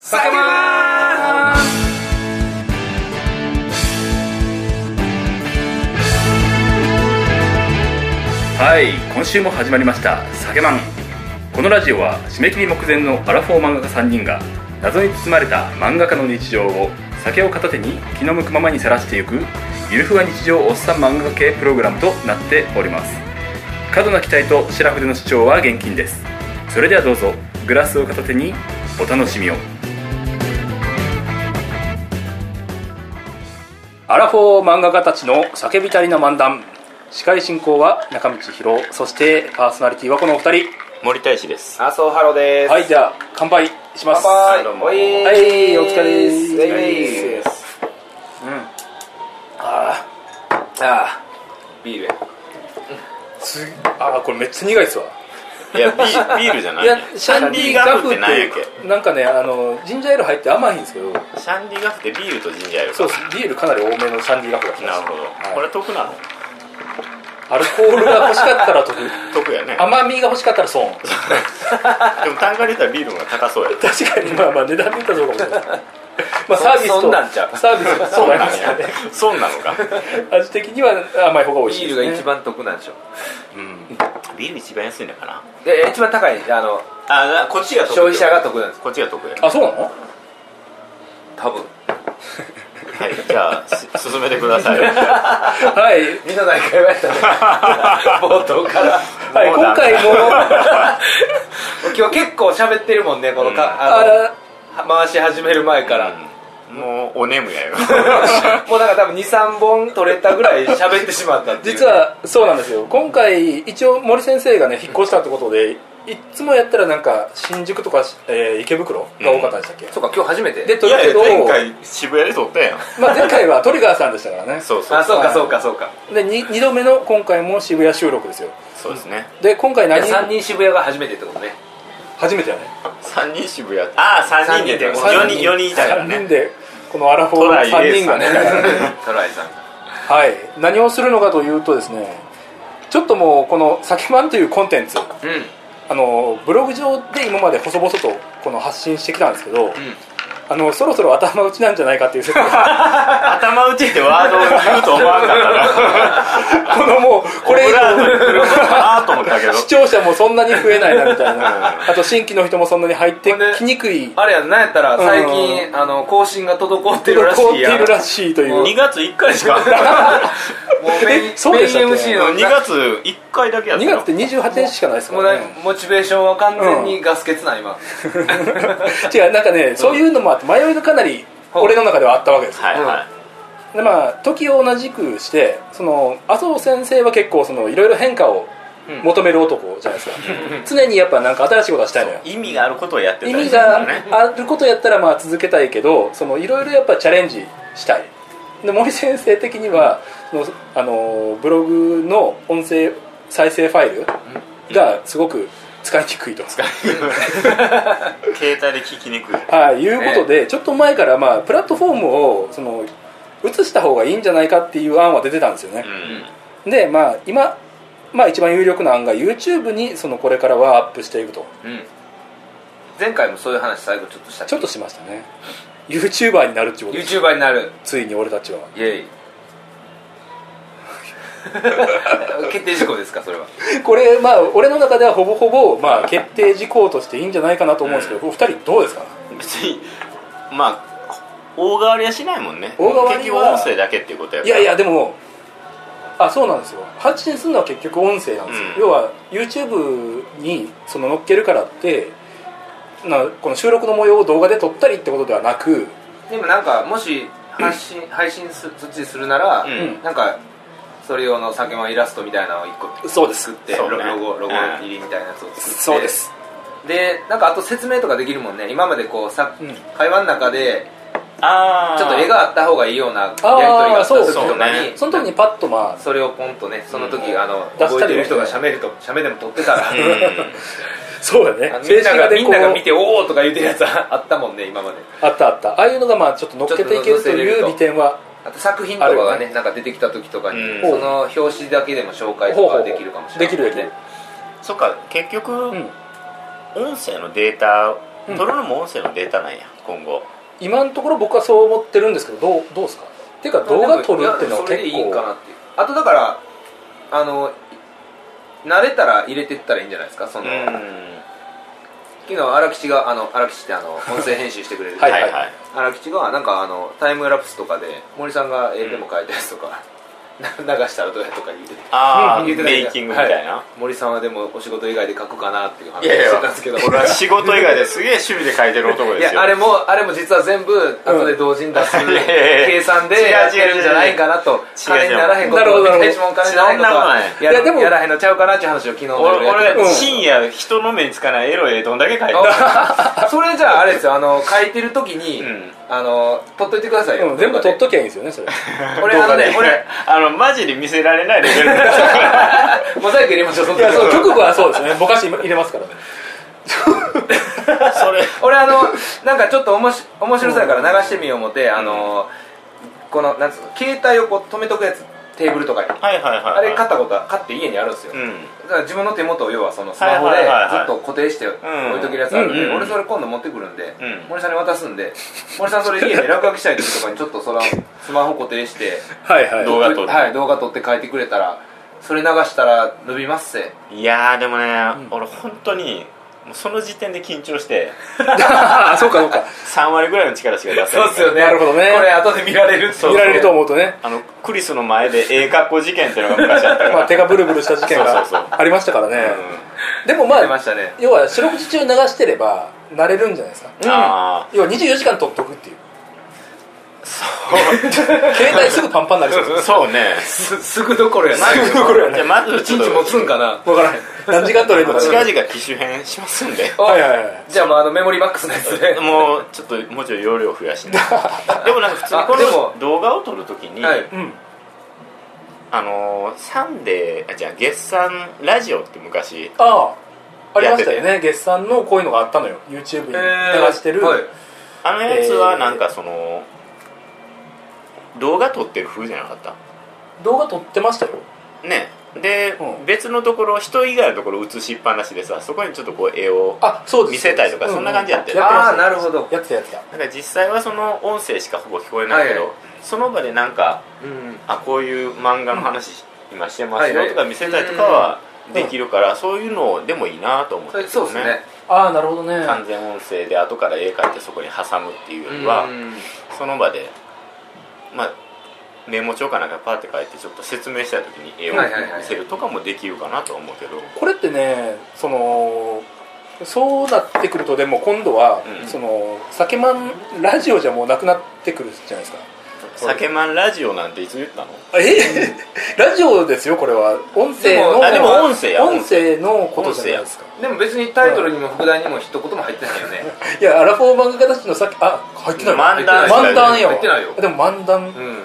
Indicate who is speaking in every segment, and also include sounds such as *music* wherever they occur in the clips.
Speaker 1: 叫ばー
Speaker 2: はい今週も始まりました「酒マン」このラジオは締め切り目前のアラフォー漫画家3人が謎に包まれた漫画家の日常を酒を片手に気の向くままにさらしていくゆるふわ日常おっさん漫画家系プログラムとなっております過度な期待と白筆の主張は厳禁ですそれではどうぞグラスを片手にお楽しみをアラフォー漫画家たちの叫びたりな漫談司会進行は中道博そしてパーソナリティはこのお二人
Speaker 3: 森大使です
Speaker 1: 麻生ハロです
Speaker 2: はいじゃあ乾杯します
Speaker 1: 乾
Speaker 3: どう
Speaker 1: 杯
Speaker 3: も
Speaker 1: おいー
Speaker 2: はいお疲れです
Speaker 1: お疲れです
Speaker 2: あ
Speaker 1: ああビール
Speaker 2: ーすあーこれめっちゃ苦いっすわ
Speaker 3: いやビービールじゃない
Speaker 2: いやシャンディガフって
Speaker 3: なんやっけ
Speaker 2: なんかねあのジンジャーエール入って甘いんですけど
Speaker 3: シャンディガフってビールとジンジャーエールか
Speaker 2: そうですビールかなり多めのシャンディガフだったんで
Speaker 3: な
Speaker 2: す
Speaker 3: るほど、
Speaker 2: はい
Speaker 3: これ得なの
Speaker 2: アルコールが欲しかったら得
Speaker 3: 得やね
Speaker 2: 甘みが欲しかったら損
Speaker 3: でも単価で言ったらビールの方が高そうや
Speaker 2: *laughs* 確かにまあまあ値段で言ったらそうかもしれないですまあサービスと
Speaker 1: そんなんちゃう
Speaker 2: サービスとそうなりますよね
Speaker 3: そうなのか
Speaker 2: *laughs* 味的には甘い方が美味しい
Speaker 1: ビ
Speaker 2: です
Speaker 1: ー
Speaker 2: ね
Speaker 1: ルが一番得なんでしょ
Speaker 3: ビール一番安いのかな
Speaker 1: で一番高いあの
Speaker 3: あなこっちが得
Speaker 1: 消費者が得なんです
Speaker 3: こっちが得や
Speaker 2: あそうなの
Speaker 1: 多分
Speaker 3: はいじゃあす進めてくだ
Speaker 2: *laughs*
Speaker 3: さい
Speaker 2: はい、
Speaker 1: みんな何回もやったね *laughs* 冒頭から
Speaker 2: はい、
Speaker 3: もう
Speaker 2: 今
Speaker 3: ダメ
Speaker 2: 回
Speaker 3: *laughs*
Speaker 2: も
Speaker 1: 今日結構喋ってるもんねこのか、あの
Speaker 2: あ
Speaker 1: 回し始める前から、
Speaker 3: うんもうお眠や
Speaker 2: *laughs*
Speaker 3: よ
Speaker 1: もうなんか多分23本取れたぐらい喋ってしまったっていう
Speaker 2: 実はそうなんですよ今回一応森先生がね引っ越したってことでいっつもやったらなんか新宿とか、えー池袋が多かったんでしたっけ、
Speaker 1: そうか今日初めて
Speaker 2: で
Speaker 3: い
Speaker 2: トリ
Speaker 3: や
Speaker 2: ケ
Speaker 3: いや
Speaker 2: ドを
Speaker 3: 前回渋谷で撮ったやん
Speaker 2: まあ、前回はトリガーさんでしたからね
Speaker 3: そうそう
Speaker 1: あそうかそうかそうか
Speaker 2: で 2, 度目の今回も渋谷収録ですよ
Speaker 3: そうですね
Speaker 2: で今回何
Speaker 1: 3人渋谷が初めてって *laughs* ことね
Speaker 2: 初めてやね
Speaker 3: 3人渋谷ああ3人で
Speaker 1: 三人
Speaker 3: 4
Speaker 1: で
Speaker 3: 人4人いたから
Speaker 2: 3人
Speaker 3: ね
Speaker 2: でこのアラフォーの3人がね
Speaker 3: トライエースさんね
Speaker 1: トライさん
Speaker 2: はい何をするのかというとですねちょっともうこの「酒マン」というコンテンツ
Speaker 1: うん
Speaker 2: あのブログ上で今まで細々とこの発信してきたんですけど、あのそろそろ頭打ちなんじゃないかっていう *laughs* 説が
Speaker 3: 頭打ちってワードを言うと思わなかったな
Speaker 2: このもうこれ以降
Speaker 3: あーと思ったけど
Speaker 2: 視聴者もそんなに増えないなみたいなあと新規の人もそんなに入って
Speaker 1: ほんで
Speaker 2: きにくい
Speaker 1: あれやんなんやったら最
Speaker 2: う
Speaker 1: 近あの更新が滞って
Speaker 2: て
Speaker 1: るらしいやん
Speaker 2: るらしいという
Speaker 3: 2月1回しかも
Speaker 1: もうメイン
Speaker 2: えそうでしたっけ
Speaker 1: メイン MC
Speaker 3: う
Speaker 1: の
Speaker 3: 2月1回だけやっ
Speaker 2: 2
Speaker 3: た
Speaker 2: 月って28日しかないですか
Speaker 1: もう
Speaker 2: ら
Speaker 1: な
Speaker 2: ね
Speaker 1: モチベーションは完全にガス欠な
Speaker 2: *laughs*
Speaker 1: 今
Speaker 2: 違うなんかねそういうのもあって迷いがかなり俺の中ではあったわけですよ
Speaker 3: はいはい、
Speaker 2: でまあ時を同じくしてその麻生先生は結構そのいろいろ変化を求める男じゃないですか、常にやっぱなんか新しいことはしたいのよ
Speaker 3: 意味があることをやってた
Speaker 2: 意
Speaker 3: りする
Speaker 2: 味
Speaker 3: から
Speaker 2: が
Speaker 3: ね
Speaker 2: あることやったらまあ続けたいけどそのいろいろやっぱチャレンジしたいで森先生的にはそのあのブログの音声再生ファイルがすごく使いにくいと、
Speaker 3: 携帯で聞きにくい
Speaker 2: はい、いうことで、ちょっと前からまあプラットフォームをその移した方がいいんじゃないかっていう案は出てたんですよね、
Speaker 3: う
Speaker 2: でまあ今、まあ、一番有力な案が YouTube にそのこれからはアップしていくと
Speaker 1: うん前回もそういう話最後ちょっとした
Speaker 2: ちょっとしましたね YouTuber になるっていうことです
Speaker 1: YouTuber になる
Speaker 2: ついに俺たちは
Speaker 1: イエ
Speaker 2: *laughs*
Speaker 1: イ決定事項ですかそれは
Speaker 2: これまあ俺の中ではほぼほぼ、まあ、決定事項としていいんじゃないかなと思うんですけど、お二人どうですか
Speaker 3: ん別にまあ大変わりはしないもんね
Speaker 2: 大変わりは
Speaker 3: 結局音声だけっていうことやか
Speaker 2: い
Speaker 3: ら
Speaker 2: やいやでもあそうなんですよ発信するのは結局音声なんですよ、
Speaker 3: うん
Speaker 2: 要は YouTube にその乗っけるからってなこの収録の模様を動画で撮ったりってことではなく
Speaker 1: でもなんかもし発信、配信すそっちでするなら、
Speaker 3: うん
Speaker 1: なんかそれ用の酒のイラストみたいなのを一個
Speaker 2: そうです
Speaker 1: 作って、
Speaker 3: そう
Speaker 1: ロ
Speaker 3: ね
Speaker 1: ロゴ
Speaker 3: う
Speaker 1: ロゴ
Speaker 3: ん
Speaker 1: 入りみたいなやつを作って
Speaker 2: そうです
Speaker 1: でなんかあと説明とかできるもんね今までこうさ、
Speaker 2: うん
Speaker 1: 会話の中で
Speaker 3: ああ
Speaker 1: ちょっと絵があった方がいいようなやり取り
Speaker 2: あー
Speaker 1: があった時と
Speaker 3: そう
Speaker 1: かに
Speaker 3: ね
Speaker 2: その時にパッとまあ
Speaker 1: それをポンとねその時、
Speaker 3: うん
Speaker 1: あの
Speaker 2: 出したり
Speaker 1: 覚えてる人がしゃべるとしゃべでも撮ってたら、
Speaker 2: そうだね
Speaker 1: あのみんながみんなが見
Speaker 2: て
Speaker 1: ておおとか言ってるやつあったもんね今まで
Speaker 2: あったあったああいうのがまあちょっと乗っけていけるという利点は
Speaker 1: あと作品とかが
Speaker 2: ある
Speaker 1: ねなんか出てきた時とかに、
Speaker 3: うん
Speaker 1: その表紙だけでも紹介とかできるかもしれない
Speaker 2: できるできる、
Speaker 3: そっか結局、
Speaker 2: うん
Speaker 3: 音声のデータ
Speaker 2: うん
Speaker 3: 取るのも音声のデータなんや、今後
Speaker 2: 今のところ僕はそう思ってるんですけどどうどうですかっていうか動画撮るっていうのは結構
Speaker 1: それでいいかなっていうあとだからあの慣れたら入れてったらいいんじゃないですかその、昨日荒吉があの荒吉ってあの音声編集してくれる
Speaker 2: はいはい
Speaker 3: はいはい
Speaker 1: 荒吉がなんかあのタイムラプスとかで森さんが絵でも描いたやつとか、 *laughs* な流したらどうやとか言ってて
Speaker 3: ああ
Speaker 1: 言ってた
Speaker 3: メイキングみたいな、
Speaker 1: は森さんはでもお仕事以外で描くかなっていう話
Speaker 3: い、やい
Speaker 1: して
Speaker 3: や
Speaker 1: たんですけど
Speaker 3: 俺は仕事以外ですげえ趣味で書いてる男
Speaker 1: *laughs* い
Speaker 3: ですよ
Speaker 1: やあれもあれも実は全部後で同時に出す
Speaker 3: いやいやいや
Speaker 1: *laughs* 計算でやってるんじゃないかなと
Speaker 3: 違う違う
Speaker 1: 金にならへんこと
Speaker 2: なるほどなるほど
Speaker 1: 一文金にならへんことは
Speaker 3: そんなことない
Speaker 1: や
Speaker 2: いやでも
Speaker 1: やらへんのちゃうかなっていう話を昨日の夜
Speaker 3: 俺
Speaker 1: やって
Speaker 3: 俺、
Speaker 1: て
Speaker 2: うん
Speaker 3: 深夜人の目につかないエロい絵どんだけ書いてる *laughs*
Speaker 1: あ *laughs* それじゃああれですよあの書いてる時に、
Speaker 3: うん
Speaker 1: あの撮っといてくださいよ、
Speaker 2: うん全部撮っ
Speaker 1: と
Speaker 2: ときゃいいんですよね
Speaker 1: *laughs*
Speaker 2: それ
Speaker 1: 俺あのね
Speaker 3: これ
Speaker 1: 俺
Speaker 3: あのマジで見せられないレベル
Speaker 1: *laughs* モザイク入れましょうその
Speaker 2: い
Speaker 1: 時
Speaker 2: やそう局部はそうですねぼかし入れますからね
Speaker 3: それ
Speaker 1: 俺あのなんかちょっとおもし面白さやから流してみよう思って、あのこのなんつうの携帯をこう止めとくやつテーブルとかに
Speaker 3: はいはいはい、
Speaker 1: あれ買ったことは買って家にあるんですよ、
Speaker 3: うん
Speaker 1: だから自分の手元を要はそのスマホで
Speaker 3: はい
Speaker 1: ず
Speaker 3: はいはいはい
Speaker 1: っと固定して置いとけるやつあるんで、
Speaker 3: うんうんうん
Speaker 1: 俺それ今度持ってくるんで、
Speaker 3: うん
Speaker 1: 森さんに渡すんで森さんそれ家で落書きしたい時とかにちょっと
Speaker 3: *laughs*
Speaker 1: そのスマホ固定して
Speaker 2: はいはい
Speaker 3: 動画撮る
Speaker 1: はい、動画撮って書いてくれたらそれ流したら伸びますせ
Speaker 3: いやーでもね、
Speaker 2: ん
Speaker 3: 俺本当にもうその時点で緊張して
Speaker 2: *laughs* あそうかそうか
Speaker 3: 3割ぐらいの力しか出せない
Speaker 2: なるほどね
Speaker 1: これ後で見られるっていう
Speaker 3: そう
Speaker 2: 見られると思うとね
Speaker 3: あのクリスの前でええ格好事件っていうのが昔あったから、
Speaker 2: まあ手がブルブルした事件
Speaker 3: そうそうそう
Speaker 2: がありましたから
Speaker 3: *laughs*
Speaker 2: ねでもま
Speaker 1: 出ま
Speaker 2: あ
Speaker 1: したね
Speaker 2: 要は四六時中流してれば慣れるんじゃないですか
Speaker 3: うん、ああ
Speaker 2: 要は24時間撮っとくっていう
Speaker 3: そ
Speaker 2: *laughs* 携帯すぐパンパンになりそうです
Speaker 3: うそうね
Speaker 1: すすぐどころやな
Speaker 3: ま
Speaker 1: い
Speaker 3: ず
Speaker 2: これやね
Speaker 3: じゃあまず
Speaker 1: 一
Speaker 3: ちょっ
Speaker 1: 日
Speaker 3: と
Speaker 1: 持つんかな
Speaker 2: 分からへん何時間撮れるのか
Speaker 3: 近々機種変しますんで
Speaker 1: お
Speaker 2: はいはいはい
Speaker 1: じゃあもうあのメモリーバックスのやつで
Speaker 3: もうちょっともうちょい容量増や *laughs* しないでもなんか普通に
Speaker 1: あでも
Speaker 3: この動画を撮るときに、
Speaker 1: はい
Speaker 2: うん
Speaker 3: あのーサンデーあじゃあ月産ラジオって昔
Speaker 2: ああありましたよね月産のこういうのがあったのよ YouTube に流してる、
Speaker 1: はい
Speaker 3: あのやつはなんかその、動画撮ってる風じゃなかった
Speaker 2: 動画撮ってましたよ
Speaker 3: ねで、
Speaker 2: うん
Speaker 3: 別のところ人以外のところ映しっぱなしでさそこにちょっとこう絵を
Speaker 2: あそうです
Speaker 3: 見せたりとか
Speaker 2: う
Speaker 3: そんな感じやってる
Speaker 2: やってま
Speaker 1: あ
Speaker 2: し
Speaker 1: あ
Speaker 2: た
Speaker 1: なるほど
Speaker 2: やってたやってた
Speaker 3: なんか実際はその音声しかほぼ聞こえないけど、
Speaker 1: はいは
Speaker 3: その場でなんか
Speaker 1: うん
Speaker 3: あこういう漫画の話今してます
Speaker 1: はいは
Speaker 3: よ
Speaker 1: い
Speaker 3: とか見せたりとかはできるから、そういうのでもいいなと思っ
Speaker 1: そ
Speaker 3: て、
Speaker 1: れそうですね
Speaker 2: ああなるほどね
Speaker 3: 完全音声で後から絵描いてそこに挟むっていうよりは、
Speaker 1: うん
Speaker 3: その場でまあメモ帳かなんかパーって書いてちょっと説明した時に絵を
Speaker 1: はいはいはい
Speaker 3: 見せるとかもできるかなとは思うけど、
Speaker 2: これってねそのそうなってくるとでも今度は、
Speaker 3: うん
Speaker 2: その酒まんラジオじゃもうなくなってくるじゃないですか
Speaker 3: 酒まんラジオなんていつ言ったの
Speaker 2: えラジオですよこれは音声
Speaker 1: でも
Speaker 2: の
Speaker 1: あでも
Speaker 3: 音声や
Speaker 2: 音声のことじゃないですか
Speaker 1: でも別にタイトルにも副題にも一言も入ってないよね
Speaker 2: いやアラフォー漫画家たちのさっきあ入ってない
Speaker 3: 漫談
Speaker 2: 漫談よ
Speaker 1: 入ってないよ
Speaker 2: でも漫談
Speaker 1: うん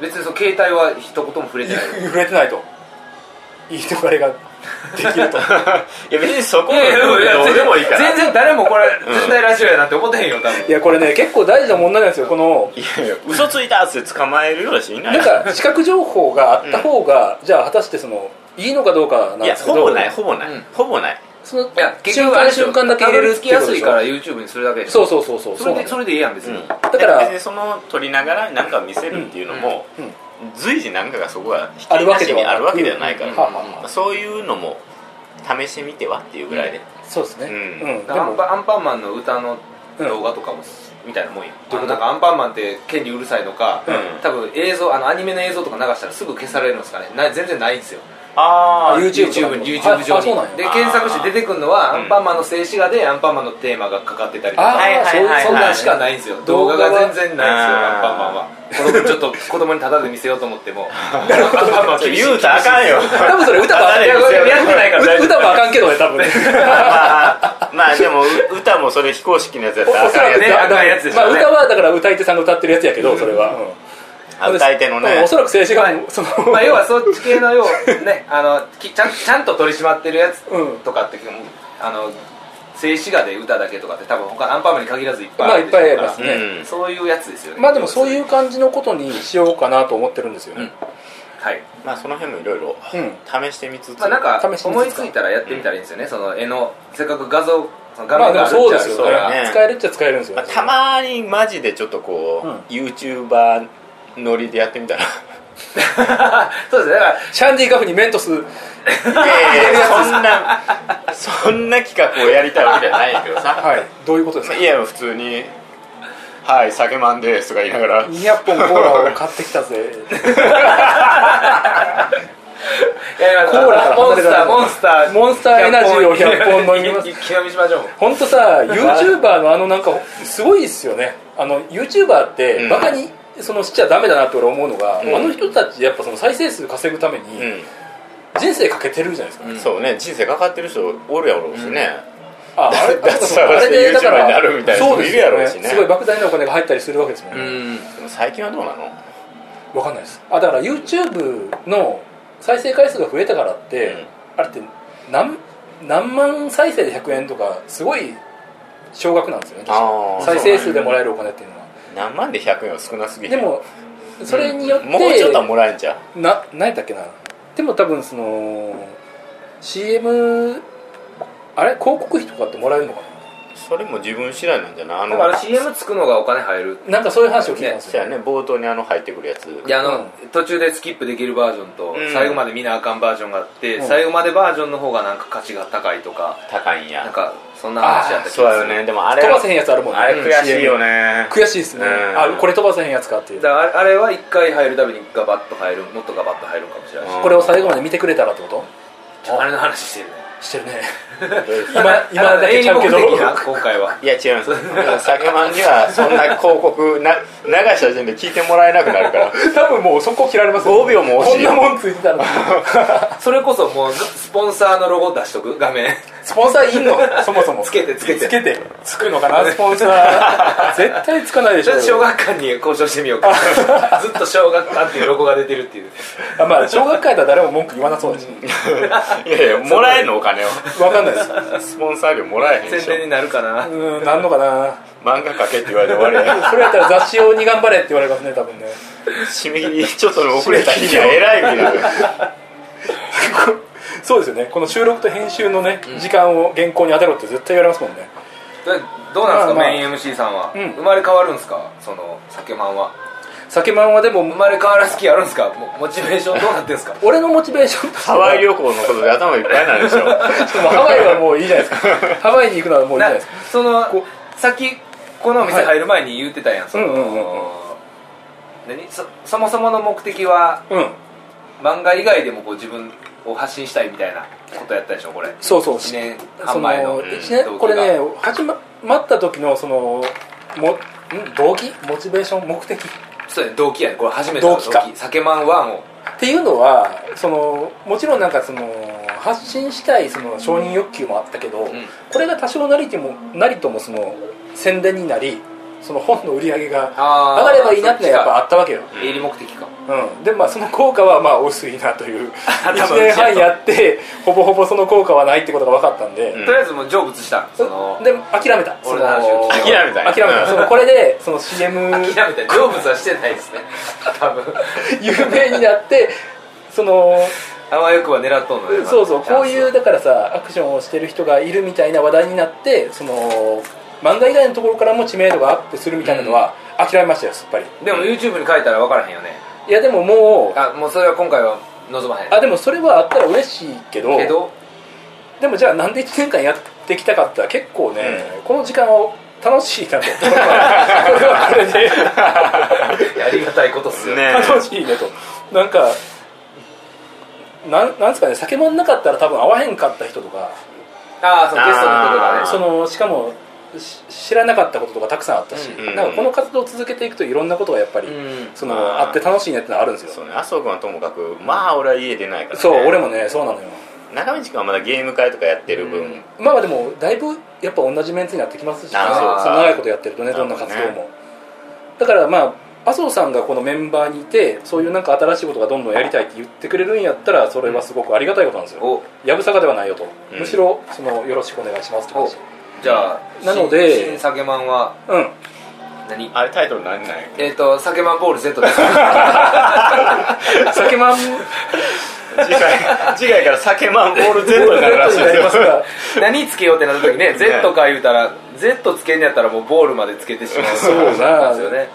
Speaker 1: 別にその携帯は一言も触れてないよ
Speaker 2: 触れてないといいとこれができ
Speaker 1: *laughs*
Speaker 2: ると
Speaker 3: いや別にそこはどうでもいいから
Speaker 1: 全然誰もこれ
Speaker 3: ん
Speaker 1: 絶対ラジオやなって思ってへんよ多分
Speaker 2: いやこれね結構大事な問題なんですよこの
Speaker 3: いやいや嘘ついたっつって捕まえるようだしいない
Speaker 2: なんか視覚情報があった方が、じゃあ果たしてそのいいのかどうかなん
Speaker 3: いや
Speaker 2: ですけ
Speaker 3: ほ
Speaker 2: ど
Speaker 3: ぼないほぼない、
Speaker 1: うん
Speaker 3: ほぼない
Speaker 2: その
Speaker 1: いや結
Speaker 2: 瞬
Speaker 1: 局あれ
Speaker 2: 間
Speaker 1: でしょ
Speaker 2: 瞬間だけ入れる
Speaker 1: たどり着きやすいからら YouTube にするだけでしょ
Speaker 2: そうそうそうそう
Speaker 1: それ
Speaker 2: なん
Speaker 1: で
Speaker 2: です
Speaker 1: それでいいやん別に、
Speaker 2: だから
Speaker 3: 別にその撮りながら何か見せるっていうのも、
Speaker 2: うんうん
Speaker 3: 随時何かがそこが引き
Speaker 2: あるわけでは
Speaker 3: に
Speaker 2: なく
Speaker 3: あるわけではないから、
Speaker 1: うん
Speaker 2: はあはあはあ
Speaker 3: そういうのも試してみてはっていうぐらいで、
Speaker 2: そうですね
Speaker 3: う
Speaker 2: うんん、で
Speaker 1: アン
Speaker 2: も
Speaker 1: パアンパンマンの歌の動画とかも、みたいなもんやあのなんかアンパンマンって権利うるさいのか、
Speaker 3: うん
Speaker 1: 多分映像あのアニメの映像とか流したらすぐ消されるんですかねな全然ないんですよ
Speaker 3: あ
Speaker 2: あ
Speaker 3: あ
Speaker 2: YouTube とか
Speaker 1: YouTube,
Speaker 2: に
Speaker 1: YouTube
Speaker 2: あ
Speaker 1: 上
Speaker 2: あそうなんや
Speaker 1: にで
Speaker 3: あー
Speaker 1: 検索して出てくるのは
Speaker 3: うん
Speaker 1: アンパンマンの静止画でアンパンマンのテーマがかかってたりと
Speaker 2: あ
Speaker 1: か
Speaker 3: はいはいはいはい
Speaker 1: そんなんしかないんですよ動画が全然ないんですよ
Speaker 3: あー
Speaker 1: アンパンマンは子供ちょっと子供にタダで見せようと思って *laughs* もアンパンマンは厳しい
Speaker 3: 言うたらあかんよ
Speaker 2: 多分それ歌も
Speaker 3: あ
Speaker 2: いや
Speaker 3: 誰ですよ
Speaker 2: いやう歌もあかんけどね多分ね
Speaker 3: まあまあでもう歌もそれ非公式のやつや
Speaker 1: *laughs*
Speaker 3: ったらあ
Speaker 2: おそ
Speaker 3: かん
Speaker 2: ら
Speaker 3: や
Speaker 2: く
Speaker 3: つ
Speaker 2: ね
Speaker 1: あかんやつでし
Speaker 2: まあ
Speaker 1: ょうね
Speaker 2: 歌はだから歌い手さんが歌ってるやつやけどそれは、うん
Speaker 3: あ歌い手の
Speaker 2: うん
Speaker 3: ね
Speaker 2: おそらく静止画も、その、
Speaker 1: まあ、要はそっち系のようね *laughs* あのきちゃんちゃんと取り締まってるやつ
Speaker 2: うん
Speaker 1: とかって、あの静止画で歌だけとかって多分他アンパンマンに限らずいっぱい
Speaker 2: まあ
Speaker 1: ある
Speaker 2: い
Speaker 1: で
Speaker 2: っぱ
Speaker 1: しょう
Speaker 2: いあり
Speaker 1: から
Speaker 2: ますね、
Speaker 3: うん
Speaker 1: そういうやつですよね
Speaker 2: まあでもそういうう感じのことにしようかなと思ってるんですよね
Speaker 1: はい
Speaker 3: まあその辺もいろいろ
Speaker 2: うん
Speaker 3: 試してみつつ、
Speaker 1: まあなんか
Speaker 2: 試しに
Speaker 1: 思いついたらやってみたらいいんですよね、その絵のせっかく画像その画
Speaker 2: まあ
Speaker 1: 面
Speaker 2: でも
Speaker 1: があるっ
Speaker 2: そう
Speaker 1: ち
Speaker 2: で
Speaker 1: ゃあ
Speaker 2: す
Speaker 1: る
Speaker 2: よ
Speaker 1: か
Speaker 2: だ
Speaker 1: ら、
Speaker 2: から
Speaker 3: ね
Speaker 2: 使えるっちゃ使えるんですよ、
Speaker 3: まあ、たまにマジでちょっとこう、
Speaker 2: うん
Speaker 3: YouTuber ノリでやってみたらい
Speaker 1: そうですねだ *laughs* から
Speaker 2: シャンディカフェにメントス
Speaker 3: やいやそんなそんな企画をやりたいわけじゃないんやけどさ、
Speaker 2: はいどういうことです
Speaker 3: ま
Speaker 2: か
Speaker 3: あ、いや普通に「はい酒まんです」とか言いながら
Speaker 2: 200本コーラを買ってきたぜ *laughs*
Speaker 1: いやいや
Speaker 2: コーラから
Speaker 1: モ
Speaker 2: 離
Speaker 1: ン
Speaker 2: れ
Speaker 1: ス
Speaker 2: られ
Speaker 1: ター
Speaker 2: る
Speaker 1: モンスター
Speaker 2: モンスターエナジーを100本飲み
Speaker 1: み
Speaker 2: ま
Speaker 1: ますす極みし *laughs* ましょう
Speaker 2: 本当さ YouTuber のあのなんかすごいですよねあの YouTuber っ
Speaker 3: う
Speaker 2: て
Speaker 3: ん
Speaker 2: バカにそのしちゃダメだなって俺思うのが、
Speaker 3: うん
Speaker 2: あの人たちやっぱその再生数稼ぐために人生かけてるじゃないですか、
Speaker 1: うん
Speaker 3: そうね人生かかってる人おるやろうしね、
Speaker 2: *laughs* ああれ
Speaker 3: だってさ
Speaker 2: あれでだから
Speaker 3: ユーチューバーになるみたいな人
Speaker 2: そうですよ
Speaker 3: いるやろうしね
Speaker 2: すごい莫大なお金が入ったりするわけですもん
Speaker 1: う
Speaker 2: ね、
Speaker 1: ん
Speaker 3: でも最近はどうなの
Speaker 2: わかんないですあだから YouTube の再生回数が増えたからって、
Speaker 3: うん
Speaker 2: あれって何何万再生で100円とかすごい少額なんですよね
Speaker 3: あー
Speaker 2: 再生数でも
Speaker 3: そうなんや
Speaker 2: らえるお金っていうのは
Speaker 3: 何万で100円は少なすぎへん
Speaker 2: でもそれによって、
Speaker 3: もうちょっとはもらえんじゃん
Speaker 2: な何やったっけなでも多分その CM あれ広告費とかってもらえるのか
Speaker 3: それも自分次第なんじゃないあ
Speaker 1: だから
Speaker 3: の
Speaker 1: CM つくのがお金入る
Speaker 2: ななんかそういう話を聞いたんです
Speaker 3: そ
Speaker 2: よ、
Speaker 3: やね冒頭にあの入ってくるやつ
Speaker 1: いやあの、
Speaker 2: う
Speaker 1: 途中でスキップできるバージョンと、
Speaker 3: うん
Speaker 1: 最後まで見なあかんバージョンがあって、
Speaker 2: うん
Speaker 1: 最後までバージョンの方がなんか価値が高いとか
Speaker 3: 高いん
Speaker 1: なん
Speaker 3: や
Speaker 1: かそんな話やった気がす
Speaker 3: そう
Speaker 1: る
Speaker 3: やよねでもあれ
Speaker 2: 飛ばせへんやつあるもんね
Speaker 3: あれ悔しい
Speaker 2: CM
Speaker 3: よね
Speaker 2: 悔しいですね、
Speaker 3: うん
Speaker 2: あこれ飛ばせへんやつかっていう
Speaker 1: だからあれは一回入るたびにガバッと入るもっとガバッと入るかもしれないし、
Speaker 3: うん
Speaker 2: これを最後まで見てくれたらってこと
Speaker 1: ちょっとあれの話してるね
Speaker 2: してる
Speaker 1: *laughs*
Speaker 2: ね
Speaker 3: い
Speaker 2: 今今だけちゃうけど
Speaker 1: 営利目的な今回は
Speaker 3: や違います酒まんにはそんな広告な *laughs* 流した時点で聞いてもらえなくなるから
Speaker 2: *laughs* 多分もうそこ切られますよ
Speaker 3: 5秒も惜
Speaker 2: こ
Speaker 3: し
Speaker 2: ん
Speaker 3: い
Speaker 2: な
Speaker 3: よ
Speaker 2: もんついてた
Speaker 1: *laughs*
Speaker 2: ら
Speaker 1: それこそもうスポンサーのロゴ出しとく画面
Speaker 2: スポンサーいんのそもそも
Speaker 1: つけてつけて
Speaker 2: つけてつくのかなスポンサ
Speaker 1: *laughs*
Speaker 2: ー絶対つかないでし
Speaker 1: ちょっ
Speaker 2: ょ
Speaker 1: と小学館に交渉してみよう *laughs* かずっと小学館っていうロゴが出てるっていう
Speaker 2: あまあ小学会だったら誰も文句言わなそうだし
Speaker 3: いやいやもらえんのお金を
Speaker 2: わかんないです
Speaker 3: スポンサー料もらえへんで
Speaker 1: 宣
Speaker 3: しょ
Speaker 1: 伝になるかな
Speaker 2: うんなんのかな
Speaker 3: 漫画描けって言われて終わりや
Speaker 2: それやったら雑誌用に頑張れって言われますね多分ね
Speaker 3: *laughs*
Speaker 2: *laughs*
Speaker 3: 締め切りちょっと遅れた日 *laughs* には偉いみたいな
Speaker 2: そうですよねこの収録と編集のね、時間を原稿に当てろって絶対言われますもんね
Speaker 1: でどうなんです
Speaker 2: ま
Speaker 1: か、
Speaker 2: あまあ
Speaker 1: メイン MC さんは、
Speaker 2: うん
Speaker 1: 生まれ変わるんですかその酒まんは
Speaker 2: 酒まんはで
Speaker 1: 生
Speaker 2: も
Speaker 1: まれ変わらす気あるんですかもモチベーショ *laughs* ンどうなってんですか
Speaker 2: 俺のモチベーションとして
Speaker 3: ハ
Speaker 2: は
Speaker 3: ワイ旅行のことで頭いっぱいなん *laughs* でしょ
Speaker 2: でもハワイはもういいじゃないですかハワイに行くのはもういいじゃ
Speaker 1: な
Speaker 2: ないですか
Speaker 1: その
Speaker 2: こ
Speaker 1: さっきこのお店入る前に言ってたやん、その、
Speaker 2: うんうんうんうん
Speaker 1: 何そそもそもの目的は
Speaker 2: うん
Speaker 1: 漫画以外でもこう自分を発信したいみたいなことやったでしょこれ
Speaker 2: そうそう
Speaker 1: 1年
Speaker 2: そ
Speaker 1: 半前の
Speaker 2: の
Speaker 1: うん
Speaker 2: 一年これね始ま待った時のそのもん動機モチベーション目的
Speaker 1: そうやね動機やねこれ初めての
Speaker 2: 動機か
Speaker 1: 酒まん1を
Speaker 2: っていうのはそのもちろんなんかその発信したいその承認欲求もあったけど、
Speaker 1: ん
Speaker 2: これが多少なりともなりともその宣伝になりその本の売り上げが上がればいいなってのはやっぱあったわけよ、
Speaker 1: ぱ営利目的か
Speaker 2: うん、でまあその効果はまあ薄いなと
Speaker 1: *laughs*
Speaker 2: いう
Speaker 1: 多分
Speaker 2: 1年半やってほぼほぼその効果はないってことが分かったんで、
Speaker 3: うん
Speaker 1: とりあえずもう成仏したその
Speaker 2: で諦めたそ
Speaker 1: 俺の話を聞い
Speaker 2: 諦
Speaker 1: てよ
Speaker 3: 諦めたんや
Speaker 2: めた、そのこれでその CM
Speaker 1: 諦めた成仏はしてないです
Speaker 2: *laughs*
Speaker 1: ね多分
Speaker 2: 有名になってその
Speaker 1: あわよくば狙っとんのね
Speaker 2: そうそうこういう
Speaker 1: チャ
Speaker 2: だからさアクションをしてる人がいるみたいな話題になってその漫画以外のところからも知名度がアップンするみたいなのは諦めましたよすっぱり
Speaker 1: ンスでも YouTube に書いたら分からへんよね
Speaker 2: いやでももうあ
Speaker 1: あもうそれは今回は望まへん
Speaker 2: でもそれはあったら嬉しいけど
Speaker 1: けど
Speaker 2: でもじゃあなんで1年間やってきたかって言ったら結構ね、この時間を楽しい
Speaker 1: *laughs*
Speaker 2: なとこれはこれで
Speaker 1: いやありがたいことっすよ
Speaker 3: ね
Speaker 2: 楽しいねとなんかなんなんですかね酒もんなかったら多分会わへんかった人とか
Speaker 1: ああそのゲストのことが
Speaker 3: あー
Speaker 1: ね
Speaker 2: そのしかもし知らなかったこととかたくさんあったし、
Speaker 1: うん
Speaker 3: うん
Speaker 2: なんかこの活動を続けていくといろんなことがやっぱり、
Speaker 1: うん
Speaker 2: その
Speaker 3: あ
Speaker 2: あ
Speaker 3: ー
Speaker 2: って楽しいねってのはあるんです
Speaker 3: そう
Speaker 2: よ
Speaker 3: ね麻生君はともかくまあ俺は家出ないから、ね、
Speaker 2: そう俺もねそうなのよ
Speaker 3: 中道君はまだゲーム会とかやってる分、
Speaker 1: うん
Speaker 2: まあまあでもだいぶやっぱ同じメンツになってきますし、
Speaker 3: あ
Speaker 1: ーそうか
Speaker 2: その長いことやってるとね
Speaker 3: な
Speaker 2: ど
Speaker 3: るほ
Speaker 2: ん
Speaker 3: ど
Speaker 2: な
Speaker 3: ね
Speaker 2: 活動も、だからまあ麻生さんがこのメンバーにいてそういうなんか新しいことがどんどんやりたいって言ってくれるんやったらそれはすごくありがたいことなんですよ
Speaker 1: お
Speaker 2: やぶさかではないよと、
Speaker 3: うん
Speaker 2: むしろそのよろしくお願いしますって感
Speaker 1: お
Speaker 2: じ
Speaker 1: じゃあ
Speaker 2: なので
Speaker 1: 新新酒まんは
Speaker 2: うん
Speaker 1: 何
Speaker 3: あれタイトル何なんやっけ
Speaker 1: えっと酒まんボール Z です
Speaker 2: 酒まん
Speaker 3: 次回次回から酒マンボール Z になるらしい
Speaker 1: Z になり
Speaker 3: で
Speaker 1: ますす
Speaker 3: よ
Speaker 1: か何つけようってなった時ね Z か言うたら Z つけんやったらもうボールまでつけてしまう
Speaker 2: そうなん
Speaker 1: ですよね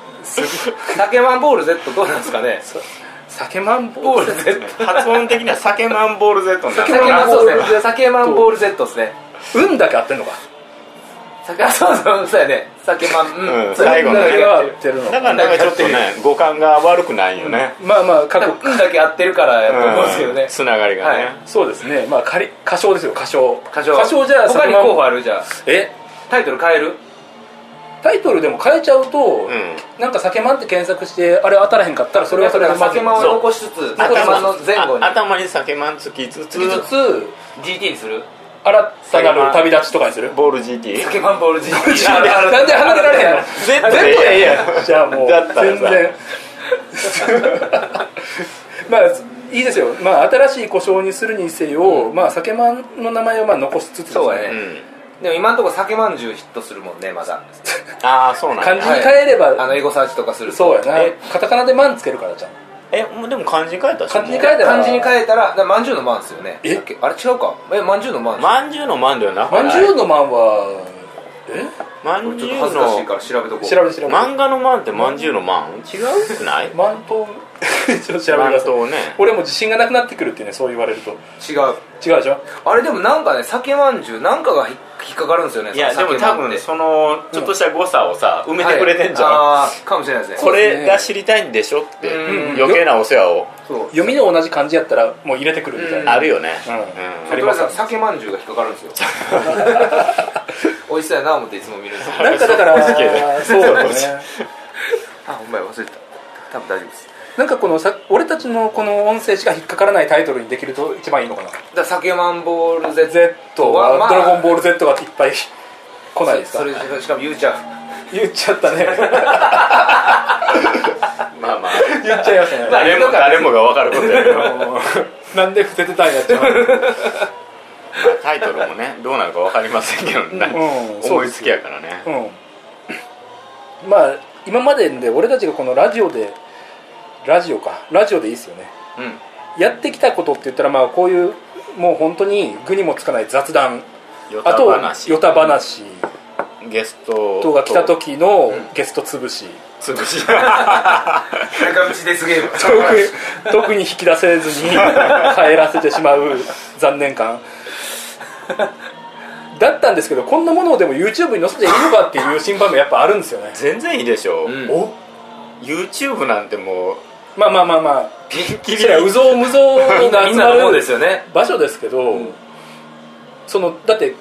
Speaker 1: 酒マンボール Z どうなんですかね
Speaker 2: 酒マンボ
Speaker 1: ボ
Speaker 2: ー
Speaker 1: ール
Speaker 2: ル
Speaker 1: Z
Speaker 3: 発音的には酒マンボール Z に *laughs* なる
Speaker 1: 酒マンそうですね酒マン
Speaker 2: ン
Speaker 1: ボ
Speaker 2: ボ
Speaker 1: ール Z ですね
Speaker 2: 運だけ合ってんのか
Speaker 1: 酒そうそうそうやね酒マンうん、
Speaker 3: うん
Speaker 1: そう
Speaker 3: 最後の
Speaker 2: 運だけ
Speaker 3: ね
Speaker 2: は合ってるの
Speaker 3: だからなんかちょっとね五感が悪くないよね、
Speaker 2: まあまあ過
Speaker 1: 多
Speaker 2: 去
Speaker 1: 分運だけ合ってるからやと思うんですけどね、
Speaker 3: つながりがね、
Speaker 1: はい
Speaker 2: そうですねまあ仮歌唱ですよ歌唱
Speaker 1: 歌唱
Speaker 2: じゃあ
Speaker 1: 他に
Speaker 2: 酒マン
Speaker 1: 候補あるじゃあ
Speaker 2: え
Speaker 1: タイトル変える
Speaker 2: タイトルでも変えちゃうと、
Speaker 3: うん
Speaker 2: なんか酒マンって検索してあれ当たらへんかったらそれはそれでまず
Speaker 1: 酒
Speaker 2: い
Speaker 1: マンを
Speaker 2: そう
Speaker 1: 残しつつ
Speaker 2: そう
Speaker 1: 酒マンの前後に
Speaker 3: あ頭に酒まんつきつつ
Speaker 2: つきつつ
Speaker 1: GT にする
Speaker 2: 新たなる旅立ちとかにする
Speaker 3: ボール GT
Speaker 1: 酒マンボール GT
Speaker 2: なんで離れられへんの
Speaker 3: Z
Speaker 2: 全部
Speaker 3: で
Speaker 2: ええ
Speaker 3: ええ
Speaker 2: やんじゃあもう
Speaker 3: だったら
Speaker 2: 全
Speaker 3: さ
Speaker 2: 然 *laughs* まあいいですよまあ新しい故障にするにせよ、まあ酒まんの名前をまあ残しつつです
Speaker 1: そうや
Speaker 3: う
Speaker 1: ね
Speaker 3: ん
Speaker 1: でも今のところ酒まんじゅうヒットするもんねまだ
Speaker 3: ああそうなん
Speaker 2: 漢字
Speaker 3: や
Speaker 2: に変えれば、
Speaker 1: あのエゴサーチとかすると
Speaker 2: そうやな
Speaker 1: え
Speaker 2: カタカナで「マン」つけるからじゃん
Speaker 3: えもうでも漢字に変えたし
Speaker 2: 漢字に変えたら
Speaker 1: 漢字に変えたらだからまんじゅうのまんですよね
Speaker 2: え
Speaker 1: だっけあれ違うかえまんじゅうのまん
Speaker 3: まんじゅうのまんでは
Speaker 2: 「
Speaker 3: なく
Speaker 2: まん
Speaker 3: な
Speaker 2: じ
Speaker 3: い
Speaker 2: ゅうのマン」はえ
Speaker 3: ま
Speaker 1: こ
Speaker 3: ん
Speaker 1: れ
Speaker 3: じ
Speaker 1: ちょ
Speaker 3: ゅ
Speaker 1: っと
Speaker 3: う
Speaker 1: 恥ずかしい
Speaker 3: の
Speaker 1: から調べとこう
Speaker 2: 調べて調べて
Speaker 3: 漫画のまんってまんじゅうのまん違うくない
Speaker 2: マント *laughs* ちょっと調べて
Speaker 3: ま
Speaker 2: くださ
Speaker 3: ん
Speaker 2: い
Speaker 3: とね
Speaker 2: 俺も自信がなくなってくるってねそう言われると
Speaker 1: 違う
Speaker 2: 違うでしょ
Speaker 1: あれでもなんかね酒まんじゅうなんかが引っかかるんですよね
Speaker 3: いや
Speaker 1: そ
Speaker 3: で
Speaker 1: の
Speaker 3: も
Speaker 1: 酒
Speaker 3: 多
Speaker 1: まんって
Speaker 3: 分そのちょっとした誤差をさ埋めてくれてんじゃん、
Speaker 1: はいあーかもしれないですね
Speaker 3: これが知りたいんでしょって
Speaker 1: うん
Speaker 3: 余計なお世話を
Speaker 1: そう
Speaker 2: 読みの同じ漢字やったらもう入れてくるみたいな、
Speaker 3: あるよね
Speaker 2: うん
Speaker 1: と
Speaker 2: あり
Speaker 1: りあえ
Speaker 2: ま
Speaker 1: ず
Speaker 2: す
Speaker 1: なんか酒まんじゅうが引っかかるんですよ美味しそうやな思っていつも見るんですけど
Speaker 2: なんかだ *laughs* から
Speaker 3: そうです
Speaker 2: そうだね
Speaker 1: あほんまや忘れてた多分大丈夫です
Speaker 2: なんかこのさ俺たちのこの音声しか引っかからないタイトルにできると一番いいのかな
Speaker 1: だから酒まんボール Z
Speaker 2: Z は、ドラゴンボール Z がいっぱい *laughs* 来ないですか
Speaker 1: それしかも言うちゃ
Speaker 2: 言っちゃったね
Speaker 3: まあまあ
Speaker 2: *laughs* 言っちゃいましたね
Speaker 3: 誰も誰もが分かることやけどまあ
Speaker 2: なんで伏せてたんやっちゃう
Speaker 3: タイトルもねどうなるか分かりませんけどね
Speaker 2: うんうん
Speaker 3: 思いつきやからね
Speaker 2: うんまあ今までで俺たちがこのラジオでラジオかラジオでいいですよね
Speaker 1: ううん
Speaker 2: やってきたことって言ったらまあこういうもう本当に具にもつかない雑談
Speaker 3: よ
Speaker 2: あ
Speaker 3: た
Speaker 2: と
Speaker 3: 話
Speaker 2: ヨタ話
Speaker 3: ゲスト
Speaker 2: 等が来 *laughs* た時のゲスト潰し、
Speaker 3: 潰し
Speaker 1: 中道ですゲーム
Speaker 2: 特特に引き出せずに帰らせてしまう残念感だったんですけどこんなものをでも YouTube に載せていいのかっていう審判もやっぱあるんですよね、
Speaker 3: 全然いいでしょ
Speaker 1: うん
Speaker 2: お
Speaker 3: YouTube なんてもう
Speaker 2: まあまあまあまあ
Speaker 3: ピンキ
Speaker 2: そ
Speaker 3: リ
Speaker 2: りゃうぞうむぞうが
Speaker 1: み
Speaker 2: 集
Speaker 1: んな
Speaker 2: ま
Speaker 1: のもん
Speaker 2: る
Speaker 1: ですよね
Speaker 2: 場所ですけど、
Speaker 1: ん
Speaker 2: そのだって